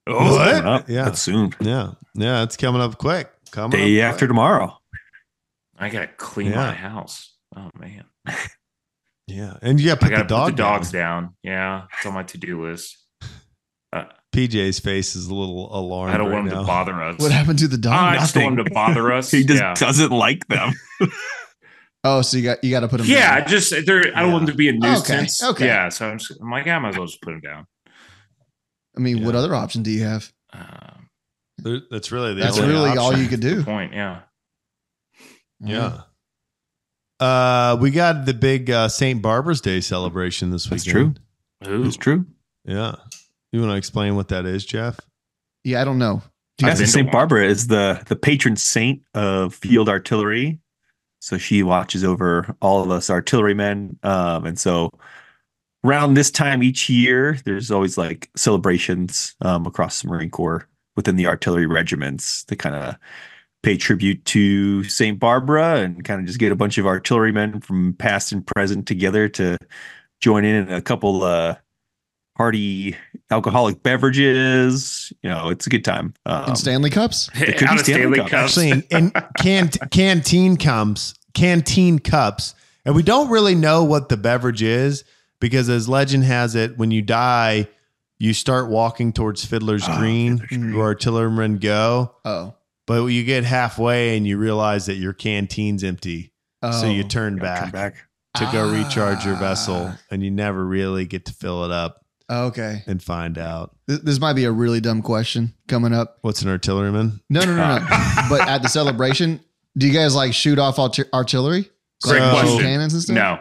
Speaker 5: Oh,
Speaker 1: What?
Speaker 5: it's coming up.
Speaker 1: Yeah.
Speaker 5: That's soon.
Speaker 1: Yeah. Yeah. It's coming up quick. Coming up
Speaker 5: Day
Speaker 1: quick.
Speaker 5: after tomorrow.
Speaker 4: I gotta clean
Speaker 1: Yeah.
Speaker 4: my house. Oh man,
Speaker 1: Yeah. And you got to
Speaker 4: I
Speaker 1: put the
Speaker 4: gotta
Speaker 1: dog
Speaker 4: put the dogs
Speaker 1: down.
Speaker 4: down. Yeah, it's on my to do list.
Speaker 1: PJ's face is a little alarmed.
Speaker 4: I don't
Speaker 1: right
Speaker 4: want them
Speaker 1: now.
Speaker 4: to bother us.
Speaker 2: What happened to the dog?
Speaker 4: I just don't want them to bother us.
Speaker 5: He just
Speaker 4: yeah,
Speaker 5: doesn't like them.
Speaker 2: oh, so you got you got to put him.
Speaker 4: yeah.
Speaker 2: down.
Speaker 4: Just they're. I don't want them to be a nuisance.
Speaker 2: okay.
Speaker 4: Yeah. So I'm, just, I'm like, yeah, I might as well just put them down.
Speaker 2: I mean, what
Speaker 1: Yeah.
Speaker 2: other option do you have?
Speaker 4: Um,
Speaker 1: There- That's really the
Speaker 2: That's
Speaker 1: only
Speaker 2: really all
Speaker 1: option.
Speaker 2: you could do.
Speaker 4: point. Yeah.
Speaker 1: Yeah. Uh, we got the big uh, St. Barbara's Day celebration this weekend.
Speaker 5: That's true.
Speaker 4: Ooh.
Speaker 5: It's true.
Speaker 1: Yeah. You want to explain what that is, Jeff?
Speaker 2: Yeah, I don't know. Do you
Speaker 5: Yes,
Speaker 4: I've been
Speaker 5: and
Speaker 4: to
Speaker 5: Saint
Speaker 4: one.
Speaker 5: Barbara is the the patron saint of field artillery, so she watches over all of us artillerymen. Um, and so around this time each year, there's always like celebrations um, across the Marine Corps within the artillery regiments to kind of pay tribute to Saint Barbara and kind of just get a bunch of artillerymen from past and present together to join in in a couple uh, hearty alcoholic beverages. You know, it's a good time. Um,
Speaker 2: in Stanley Cups?
Speaker 5: could be
Speaker 4: Out
Speaker 5: Stanley
Speaker 4: of Stanley
Speaker 5: Cups.
Speaker 4: Cups.
Speaker 1: Actually, in, in can, canteen cups, canteen cups, and we don't really know what the beverage is because, as legend has it, when you die, you start walking towards Fiddler's
Speaker 5: Ah,
Speaker 1: Green,
Speaker 5: Fiddler's Green.
Speaker 1: where artillerymen go.
Speaker 2: Oh,
Speaker 1: But you get halfway and you realize that your canteen's empty,
Speaker 2: oh.
Speaker 1: so you turn
Speaker 5: Yeah,
Speaker 1: back,
Speaker 5: turn back.
Speaker 1: to go recharge your vessel,
Speaker 2: Ah.
Speaker 1: and you never really get to fill it up
Speaker 2: Okay,
Speaker 1: and find out
Speaker 2: Th- this might be a really dumb question coming up.
Speaker 1: what's an artilleryman.
Speaker 2: No, no, no, no. but at the celebration, do you guys like shoot off arti- artillery?
Speaker 4: Great
Speaker 2: Like,
Speaker 4: question.
Speaker 2: Cannons and stuff?
Speaker 4: no.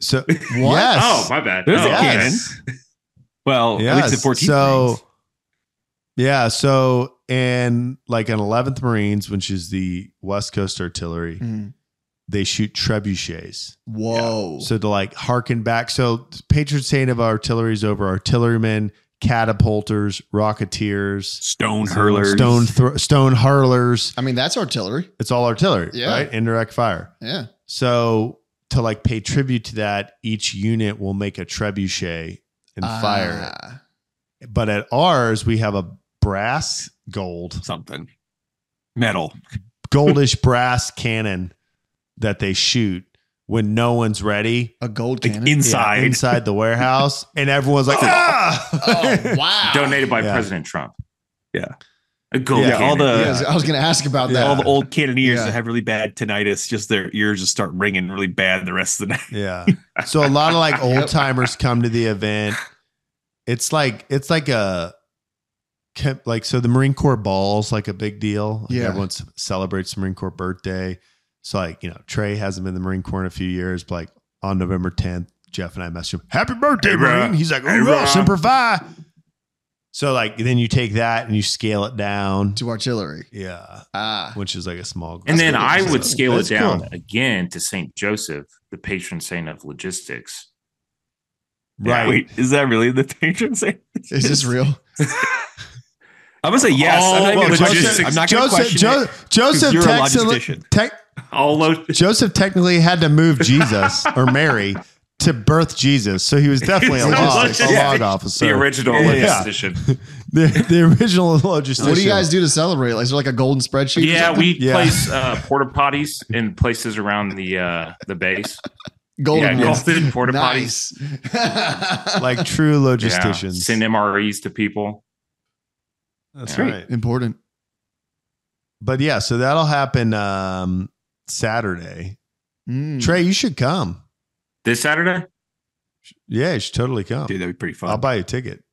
Speaker 1: So
Speaker 2: What?
Speaker 1: yes,
Speaker 4: Oh, my bad.
Speaker 5: There's
Speaker 4: Oh,
Speaker 5: a
Speaker 4: okay.
Speaker 5: cannon. Well, at least the 14th.
Speaker 1: So,
Speaker 5: Marines.
Speaker 1: yeah. So, and like an 11th Marines, which is the West Coast Artillery,
Speaker 2: Mm.
Speaker 1: they shoot trebuchets.
Speaker 2: Whoa.
Speaker 1: So, to like harken back. So, patron saint of artillery is over artillerymen, catapulters, rocketeers,
Speaker 5: stone hurlers,
Speaker 1: stone, thro- stone hurlers.
Speaker 2: I mean, that's artillery.
Speaker 1: It's all artillery,
Speaker 2: Yeah.
Speaker 1: right? Indirect fire.
Speaker 2: Yeah.
Speaker 1: So, to like pay tribute to that, each unit will make a trebuchet and fire it.
Speaker 2: Ah.
Speaker 1: but at ours we have a brass gold
Speaker 5: something, metal.
Speaker 1: goldish brass cannon that they shoot when no one's ready
Speaker 2: A gold
Speaker 5: Like
Speaker 2: cannon.
Speaker 5: inside.
Speaker 1: inside the warehouse and everyone's like ah!
Speaker 2: oh, wow.
Speaker 4: Donated by
Speaker 1: Yeah.
Speaker 4: President Trump.
Speaker 5: Yeah.
Speaker 4: A gold
Speaker 1: Yeah,
Speaker 5: all
Speaker 4: cannon.
Speaker 5: the-
Speaker 2: Yeah, I was- I was going to ask about
Speaker 1: Yeah.
Speaker 2: that.
Speaker 5: All the old cannoneers
Speaker 2: Yeah.
Speaker 5: that have really bad tinnitus, just their ears just start ringing really bad the rest of the night.
Speaker 1: yeah so a lot of like old timers come to the event it's like it's like a kept- like so the marine corps ball's like a big deal Like,
Speaker 2: Yeah.
Speaker 1: everyone c- celebrates the marine corps birthday so like you know trey hasn't been in the marine corps in a few years but like on november 10th jeff and i messaged him happy birthday
Speaker 4: Hey, bruh.
Speaker 1: marine he's like
Speaker 4: Hey,
Speaker 1: oh
Speaker 4: bruh."
Speaker 1: semper fi so like then you take that and you scale it down
Speaker 2: To artillery.
Speaker 1: yeah
Speaker 2: Ah.
Speaker 1: which is like a small group.
Speaker 4: and then I
Speaker 1: So
Speaker 4: would scale
Speaker 1: that's
Speaker 4: it down
Speaker 1: cool.
Speaker 4: again to St. Joseph, the patron saint of logistics.
Speaker 1: right
Speaker 5: Wait, is that really the patron saint?
Speaker 2: Is this real?
Speaker 5: I'm gonna say yes. I'm not,
Speaker 4: Oh,
Speaker 5: even
Speaker 4: well,
Speaker 5: gonna question
Speaker 4: Joseph-
Speaker 5: it. I'm not gonna
Speaker 1: Joseph,
Speaker 5: question
Speaker 1: Jo-
Speaker 5: it. 'cause
Speaker 1: Joseph,
Speaker 5: you're a
Speaker 1: Texas,
Speaker 5: logistician.
Speaker 1: tech,
Speaker 4: All lo-
Speaker 1: Joseph technically had to move Jesus or Mary to birth Jesus, so he was definitely a
Speaker 2: He's a
Speaker 1: log, a
Speaker 2: logistician.
Speaker 1: log
Speaker 4: the
Speaker 1: officer.
Speaker 4: original
Speaker 5: Yeah.
Speaker 4: logistician.
Speaker 1: The, the original logistician.
Speaker 2: What do you guys do to celebrate? Like, is there like a golden spreadsheet? or
Speaker 4: Yeah,
Speaker 2: something?
Speaker 4: we
Speaker 1: Yeah.
Speaker 4: place uh, porta potties in places around the uh, the base.
Speaker 2: golden
Speaker 4: yeah,
Speaker 2: ones.
Speaker 4: golden porta potties.
Speaker 2: Nice.
Speaker 1: like true
Speaker 4: Yeah,
Speaker 1: logisticians?
Speaker 4: send MREs to people.
Speaker 1: That's
Speaker 4: Yeah.
Speaker 1: right.
Speaker 2: important.
Speaker 1: But yeah, so that'll happen um, Saturday.
Speaker 5: Hmm.
Speaker 2: Mm.
Speaker 1: Trey, you should come.
Speaker 4: This Saturday,
Speaker 1: Yeah, you should totally come.
Speaker 5: Dude, that'd be pretty fun.
Speaker 1: I'll buy you a ticket.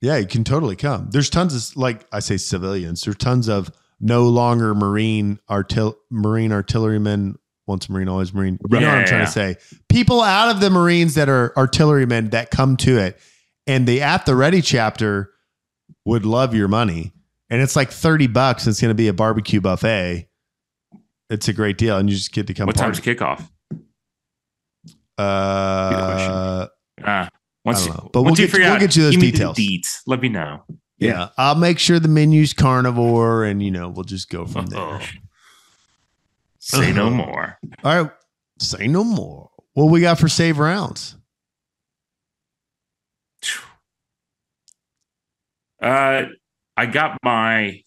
Speaker 1: Yeah, you can totally come. There's tons of like I say civilians. There's tons of no longer marine artil marine artillerymen. Once marine, always marine. You know what I'm
Speaker 4: Yeah.
Speaker 1: trying to say. People out of the Marines that are artillerymen that come to it, and the at the ready chapter would love your money. And it's like thirty bucks. It's going to be a barbecue buffet. It's a great deal, and you just get to come.
Speaker 4: what time's
Speaker 1: party.
Speaker 4: kickoff?
Speaker 1: Uh,
Speaker 4: Uh, once
Speaker 1: I don't
Speaker 4: you,
Speaker 1: know. But we'll
Speaker 4: once you
Speaker 1: get-
Speaker 4: figure
Speaker 1: we'll
Speaker 4: out,
Speaker 1: get you those
Speaker 4: give me
Speaker 1: details.
Speaker 4: The deets. Let me know.
Speaker 1: Yeah. I'll make sure the menu's carnivore and you know, we'll just go from there.
Speaker 4: Uh-oh. Say no more.
Speaker 1: All right. Say no more. What we got for save rounds?
Speaker 4: Uh, I got my.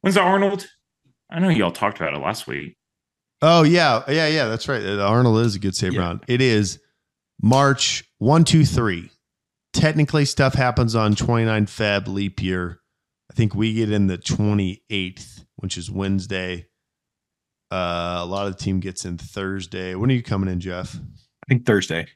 Speaker 4: When's the Arnold? I know y'all talked about it last week.
Speaker 1: Oh yeah, yeah, yeah. That's right. The Arnold is a good save
Speaker 5: Yeah.
Speaker 1: round. It is March one, two, three. Technically, stuff happens on 29 Feb leap year. I think we get in the 28th, which is Wednesday. Uh, a lot of the team gets in Thursday. When are you coming in, Jeff?
Speaker 5: I think Thursday.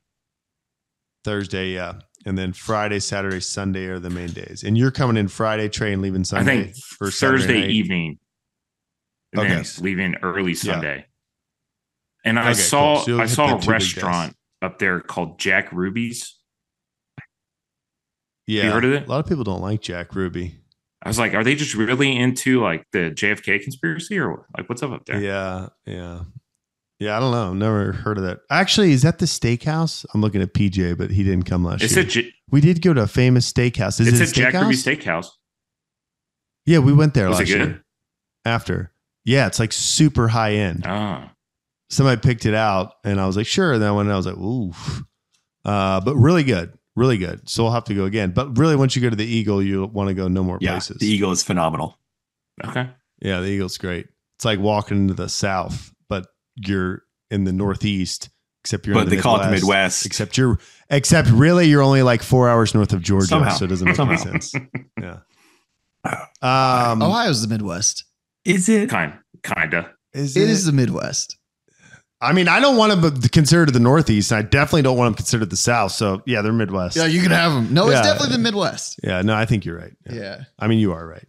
Speaker 1: Thursday, yeah. And then Friday, Saturday, Sunday are the main days. And you're coming in Friday, train leaving Sunday.
Speaker 4: I think
Speaker 1: or Saturday
Speaker 4: Thursday
Speaker 1: night.
Speaker 4: evening. And
Speaker 1: Okay.
Speaker 4: then leaving early Sunday. And I
Speaker 1: Okay,
Speaker 4: saw
Speaker 1: cool. So you'll
Speaker 4: I
Speaker 1: hit the
Speaker 4: saw
Speaker 1: two
Speaker 4: a
Speaker 1: big
Speaker 4: restaurant up there called Jack Ruby's.
Speaker 1: Yeah,
Speaker 4: heard of it?
Speaker 1: A lot of people don't like Jack Ruby.
Speaker 4: I was like, are they just really into like the JFK conspiracy or like what's up up there?
Speaker 1: Yeah, yeah. Yeah, I don't know. Never heard of that. Actually, is that the steakhouse? I'm looking at PJ, but he didn't come last
Speaker 4: It's
Speaker 1: year.
Speaker 4: a J-
Speaker 1: we did go to a famous steakhouse. Is it
Speaker 4: it's a
Speaker 1: a
Speaker 4: Jack
Speaker 1: steakhouse?
Speaker 4: Ruby steakhouse.
Speaker 1: Yeah, we went there
Speaker 4: Was it
Speaker 1: last year.
Speaker 4: good?
Speaker 1: After. Yeah, it's like super high end.
Speaker 4: Ah,
Speaker 1: Somebody picked it out and I was like, sure. And then I went and I was like, ooh. Uh, but really good. Really good. So we'll have to go again. But really, once you go to the Eagle, you want to go no more
Speaker 5: Yeah,
Speaker 1: places.
Speaker 5: the Eagle is phenomenal.
Speaker 4: okay.
Speaker 1: Yeah, the Eagle's great. It's like walking into the South, but you're in the Northeast, except you're in
Speaker 5: but
Speaker 1: the
Speaker 5: they
Speaker 1: Midwest,
Speaker 5: call it the Midwest.
Speaker 1: Except you're, except really, you're only like four hours north of Georgia,
Speaker 5: Somehow.
Speaker 1: so it doesn't make any
Speaker 5: Somehow.
Speaker 1: sense. Yeah. Um,
Speaker 2: Ohio's the Midwest.
Speaker 5: is it?
Speaker 4: Kind kinda.
Speaker 1: is
Speaker 2: It is the Midwest.
Speaker 1: I mean, I don't want to be considered the Northeast. and I definitely don't want to consider the South. So yeah, they're Midwest.
Speaker 2: Yeah,
Speaker 1: Yeah,
Speaker 2: you can have them. No,
Speaker 1: Yeah.
Speaker 2: it's definitely the Midwest.
Speaker 1: no, I think you're right.
Speaker 2: Yeah.
Speaker 1: I mean, you are right.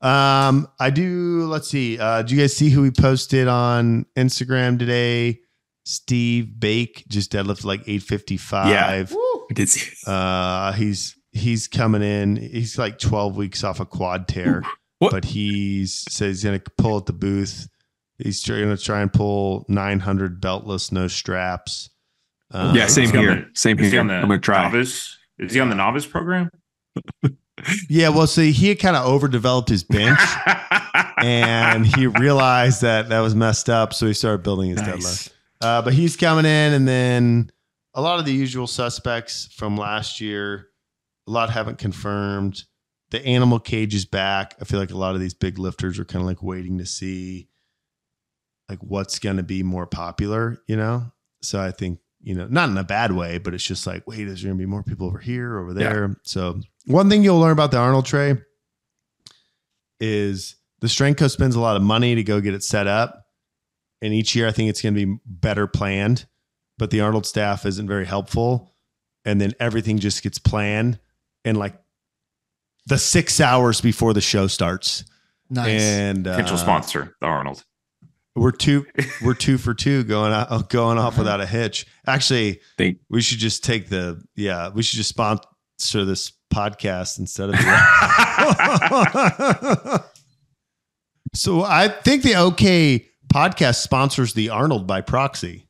Speaker 1: Um, I do. Let's see. Uh, do you guys see who we posted on Instagram today? Steve Bake just deadlifted like 855.
Speaker 2: Woo.
Speaker 5: I did see.
Speaker 1: Uh, he's he's coming in. He's like 12 weeks off a quad tear,
Speaker 5: What?
Speaker 1: but he's says he's gonna pull at the booth. He's tr- gonna try and pull 900 beltless, no straps. Um,
Speaker 5: yeah, same
Speaker 4: Is he on
Speaker 5: here.
Speaker 4: the-
Speaker 5: Same
Speaker 4: Is he
Speaker 5: here.
Speaker 4: on
Speaker 5: I'm
Speaker 4: the
Speaker 5: gonna try.
Speaker 4: novice? Is he on the novice program?
Speaker 1: Yeah, well, see, he had kind of overdeveloped his bench. and he realized that that was messed up, so he started building his deadlift.
Speaker 5: Nice.
Speaker 1: Uh, but he's coming in, and then a lot of the usual suspects from last year. A lot haven't confirmed. The animal cage is back. I feel like a lot of these big lifters are kind of like waiting to see like what's going to be more popular, you know. So I think you know, not in a bad way, but it's just like, wait, is there going to be more people over here, over
Speaker 5: Yeah.
Speaker 1: there? So one thing you'll learn about the Arnold tray is the strength coach spends a lot of money to go get it set up. And each year, I think it's going to be better planned, but the Arnold staff isn't very helpful. And then everything just gets planned and like the six hours before the show starts.
Speaker 2: Nice.
Speaker 1: And uh,
Speaker 4: Potential sponsor, the Arnold.
Speaker 1: We're two, we're two for two going out, going off
Speaker 2: Mhm.
Speaker 5: Uh-huh.
Speaker 1: without a hitch. Actually,
Speaker 5: They-
Speaker 1: we should just take the yeah, we should just sponsor this podcast instead of. The- so I think the OK podcast sponsors the Arnold by proxy.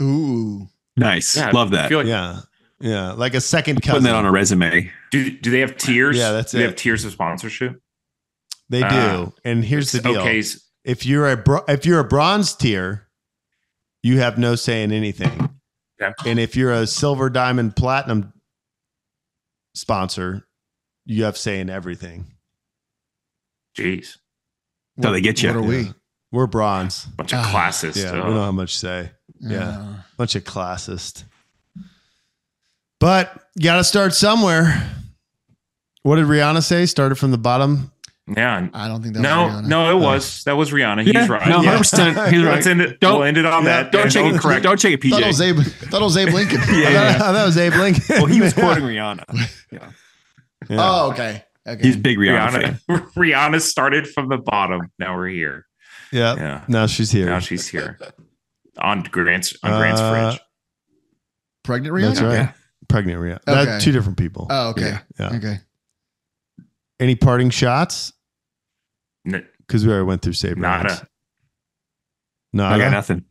Speaker 2: Ooh.
Speaker 5: Nice.
Speaker 4: Yeah,
Speaker 5: Love
Speaker 4: I
Speaker 5: that.
Speaker 4: feel like,
Speaker 1: Yeah, yeah, like a second
Speaker 5: Putting
Speaker 1: cousin.
Speaker 5: that on a resume.
Speaker 4: do, do they have tiers?
Speaker 1: Yeah, that's
Speaker 4: do They
Speaker 1: it.
Speaker 4: have tiers of sponsorship.
Speaker 1: they do,
Speaker 4: Ah.
Speaker 1: and here's the
Speaker 4: It's
Speaker 1: deal:
Speaker 4: OK's
Speaker 1: if you're a bro- if you're a bronze tier, you have no say in anything,
Speaker 4: Yeah.
Speaker 1: and if you're a silver, diamond, platinum sponsor, you have say in everything.
Speaker 4: Jeez,
Speaker 5: How they get you.
Speaker 2: What are we?
Speaker 1: Yeah. We're bronze.
Speaker 4: bunch of uh,
Speaker 2: Ah,
Speaker 4: classes.
Speaker 1: Yeah,
Speaker 4: so-
Speaker 1: we don't have much say. Yeah.
Speaker 2: Uh,
Speaker 1: bunch of classist. But you got to start somewhere. What did Rihanna say? Started from the bottom.
Speaker 4: yeah.
Speaker 2: I don't think that was
Speaker 4: No,
Speaker 2: Rihanna. Uh,
Speaker 4: no, it was that was Rihanna.
Speaker 5: Yeah,
Speaker 4: He's right.
Speaker 5: No,
Speaker 1: Yeah.
Speaker 5: 100%. He's
Speaker 4: Let's
Speaker 5: right.
Speaker 4: end it.
Speaker 5: Don't-
Speaker 4: we'll end it on
Speaker 1: yeah,
Speaker 4: that.
Speaker 5: Don't
Speaker 4: And
Speaker 5: check it.
Speaker 4: don't correct.
Speaker 5: Don't check it,
Speaker 2: Thought it was
Speaker 5: PJ.
Speaker 2: Abe. Thought it was Abe Lincoln.
Speaker 1: I
Speaker 5: Yeah, yeah.
Speaker 1: thought that was Abe Lincoln.
Speaker 5: Well, he was quoting Rihanna.
Speaker 1: Yeah.
Speaker 2: Oh, okay. Okay.
Speaker 5: He's a big Rihanna, fan.
Speaker 4: Rihanna, Rihanna started from the bottom. Now we're here.
Speaker 1: yeah.
Speaker 4: Yeah.
Speaker 1: Now she's here.
Speaker 4: Now she's here on Grant's on Grant's
Speaker 1: Uh,
Speaker 4: fridge.
Speaker 2: pregnant Rihanna.
Speaker 1: That's right.
Speaker 5: Yeah.
Speaker 1: Pregnant Rihanna.
Speaker 2: Okay.
Speaker 1: That's two different people.
Speaker 2: Oh, okay.
Speaker 5: Yeah.
Speaker 1: Yeah.
Speaker 2: Okay.
Speaker 1: Any parting shots?
Speaker 4: N-
Speaker 1: Because we already went through Sabre.
Speaker 4: Nada.
Speaker 1: Nada.
Speaker 5: I got nothing.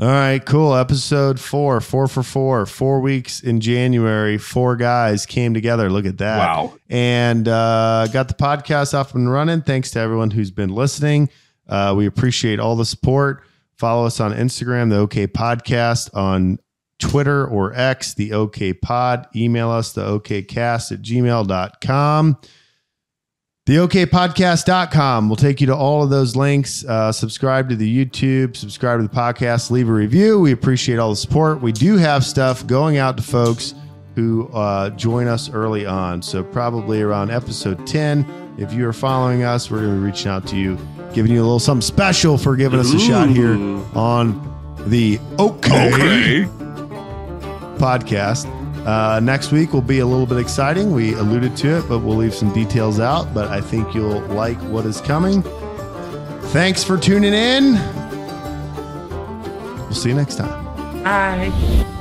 Speaker 1: All right, cool. Episode four, four for four, four weeks in January. Four guys came together. Look at that.
Speaker 5: Wow.
Speaker 1: and uh, got the podcast up and running. Thanks to everyone who's been listening. Uh, we appreciate all the support. Follow us on Instagram, the OK Podcast, on Twitter or X, the OK Pod. Email us, the OKCast at gmail.com. The OKPodcast.com will take you to all of those links. Uh, subscribe to the YouTube, subscribe to the podcast, leave a review. We appreciate all the support. We do have stuff going out to folks who uh, join us early on. So, probably around episode 10, if you are following us, we're going to be reaching out to you, giving you a little something special for giving us a shot here
Speaker 4: Ooh.
Speaker 1: on the OK, podcast. Uh, next week will be a little bit exciting. We alluded to it, but we'll leave some details out. But I think you'll like what is coming. Thanks for tuning in. We'll see you next time.
Speaker 4: Hi.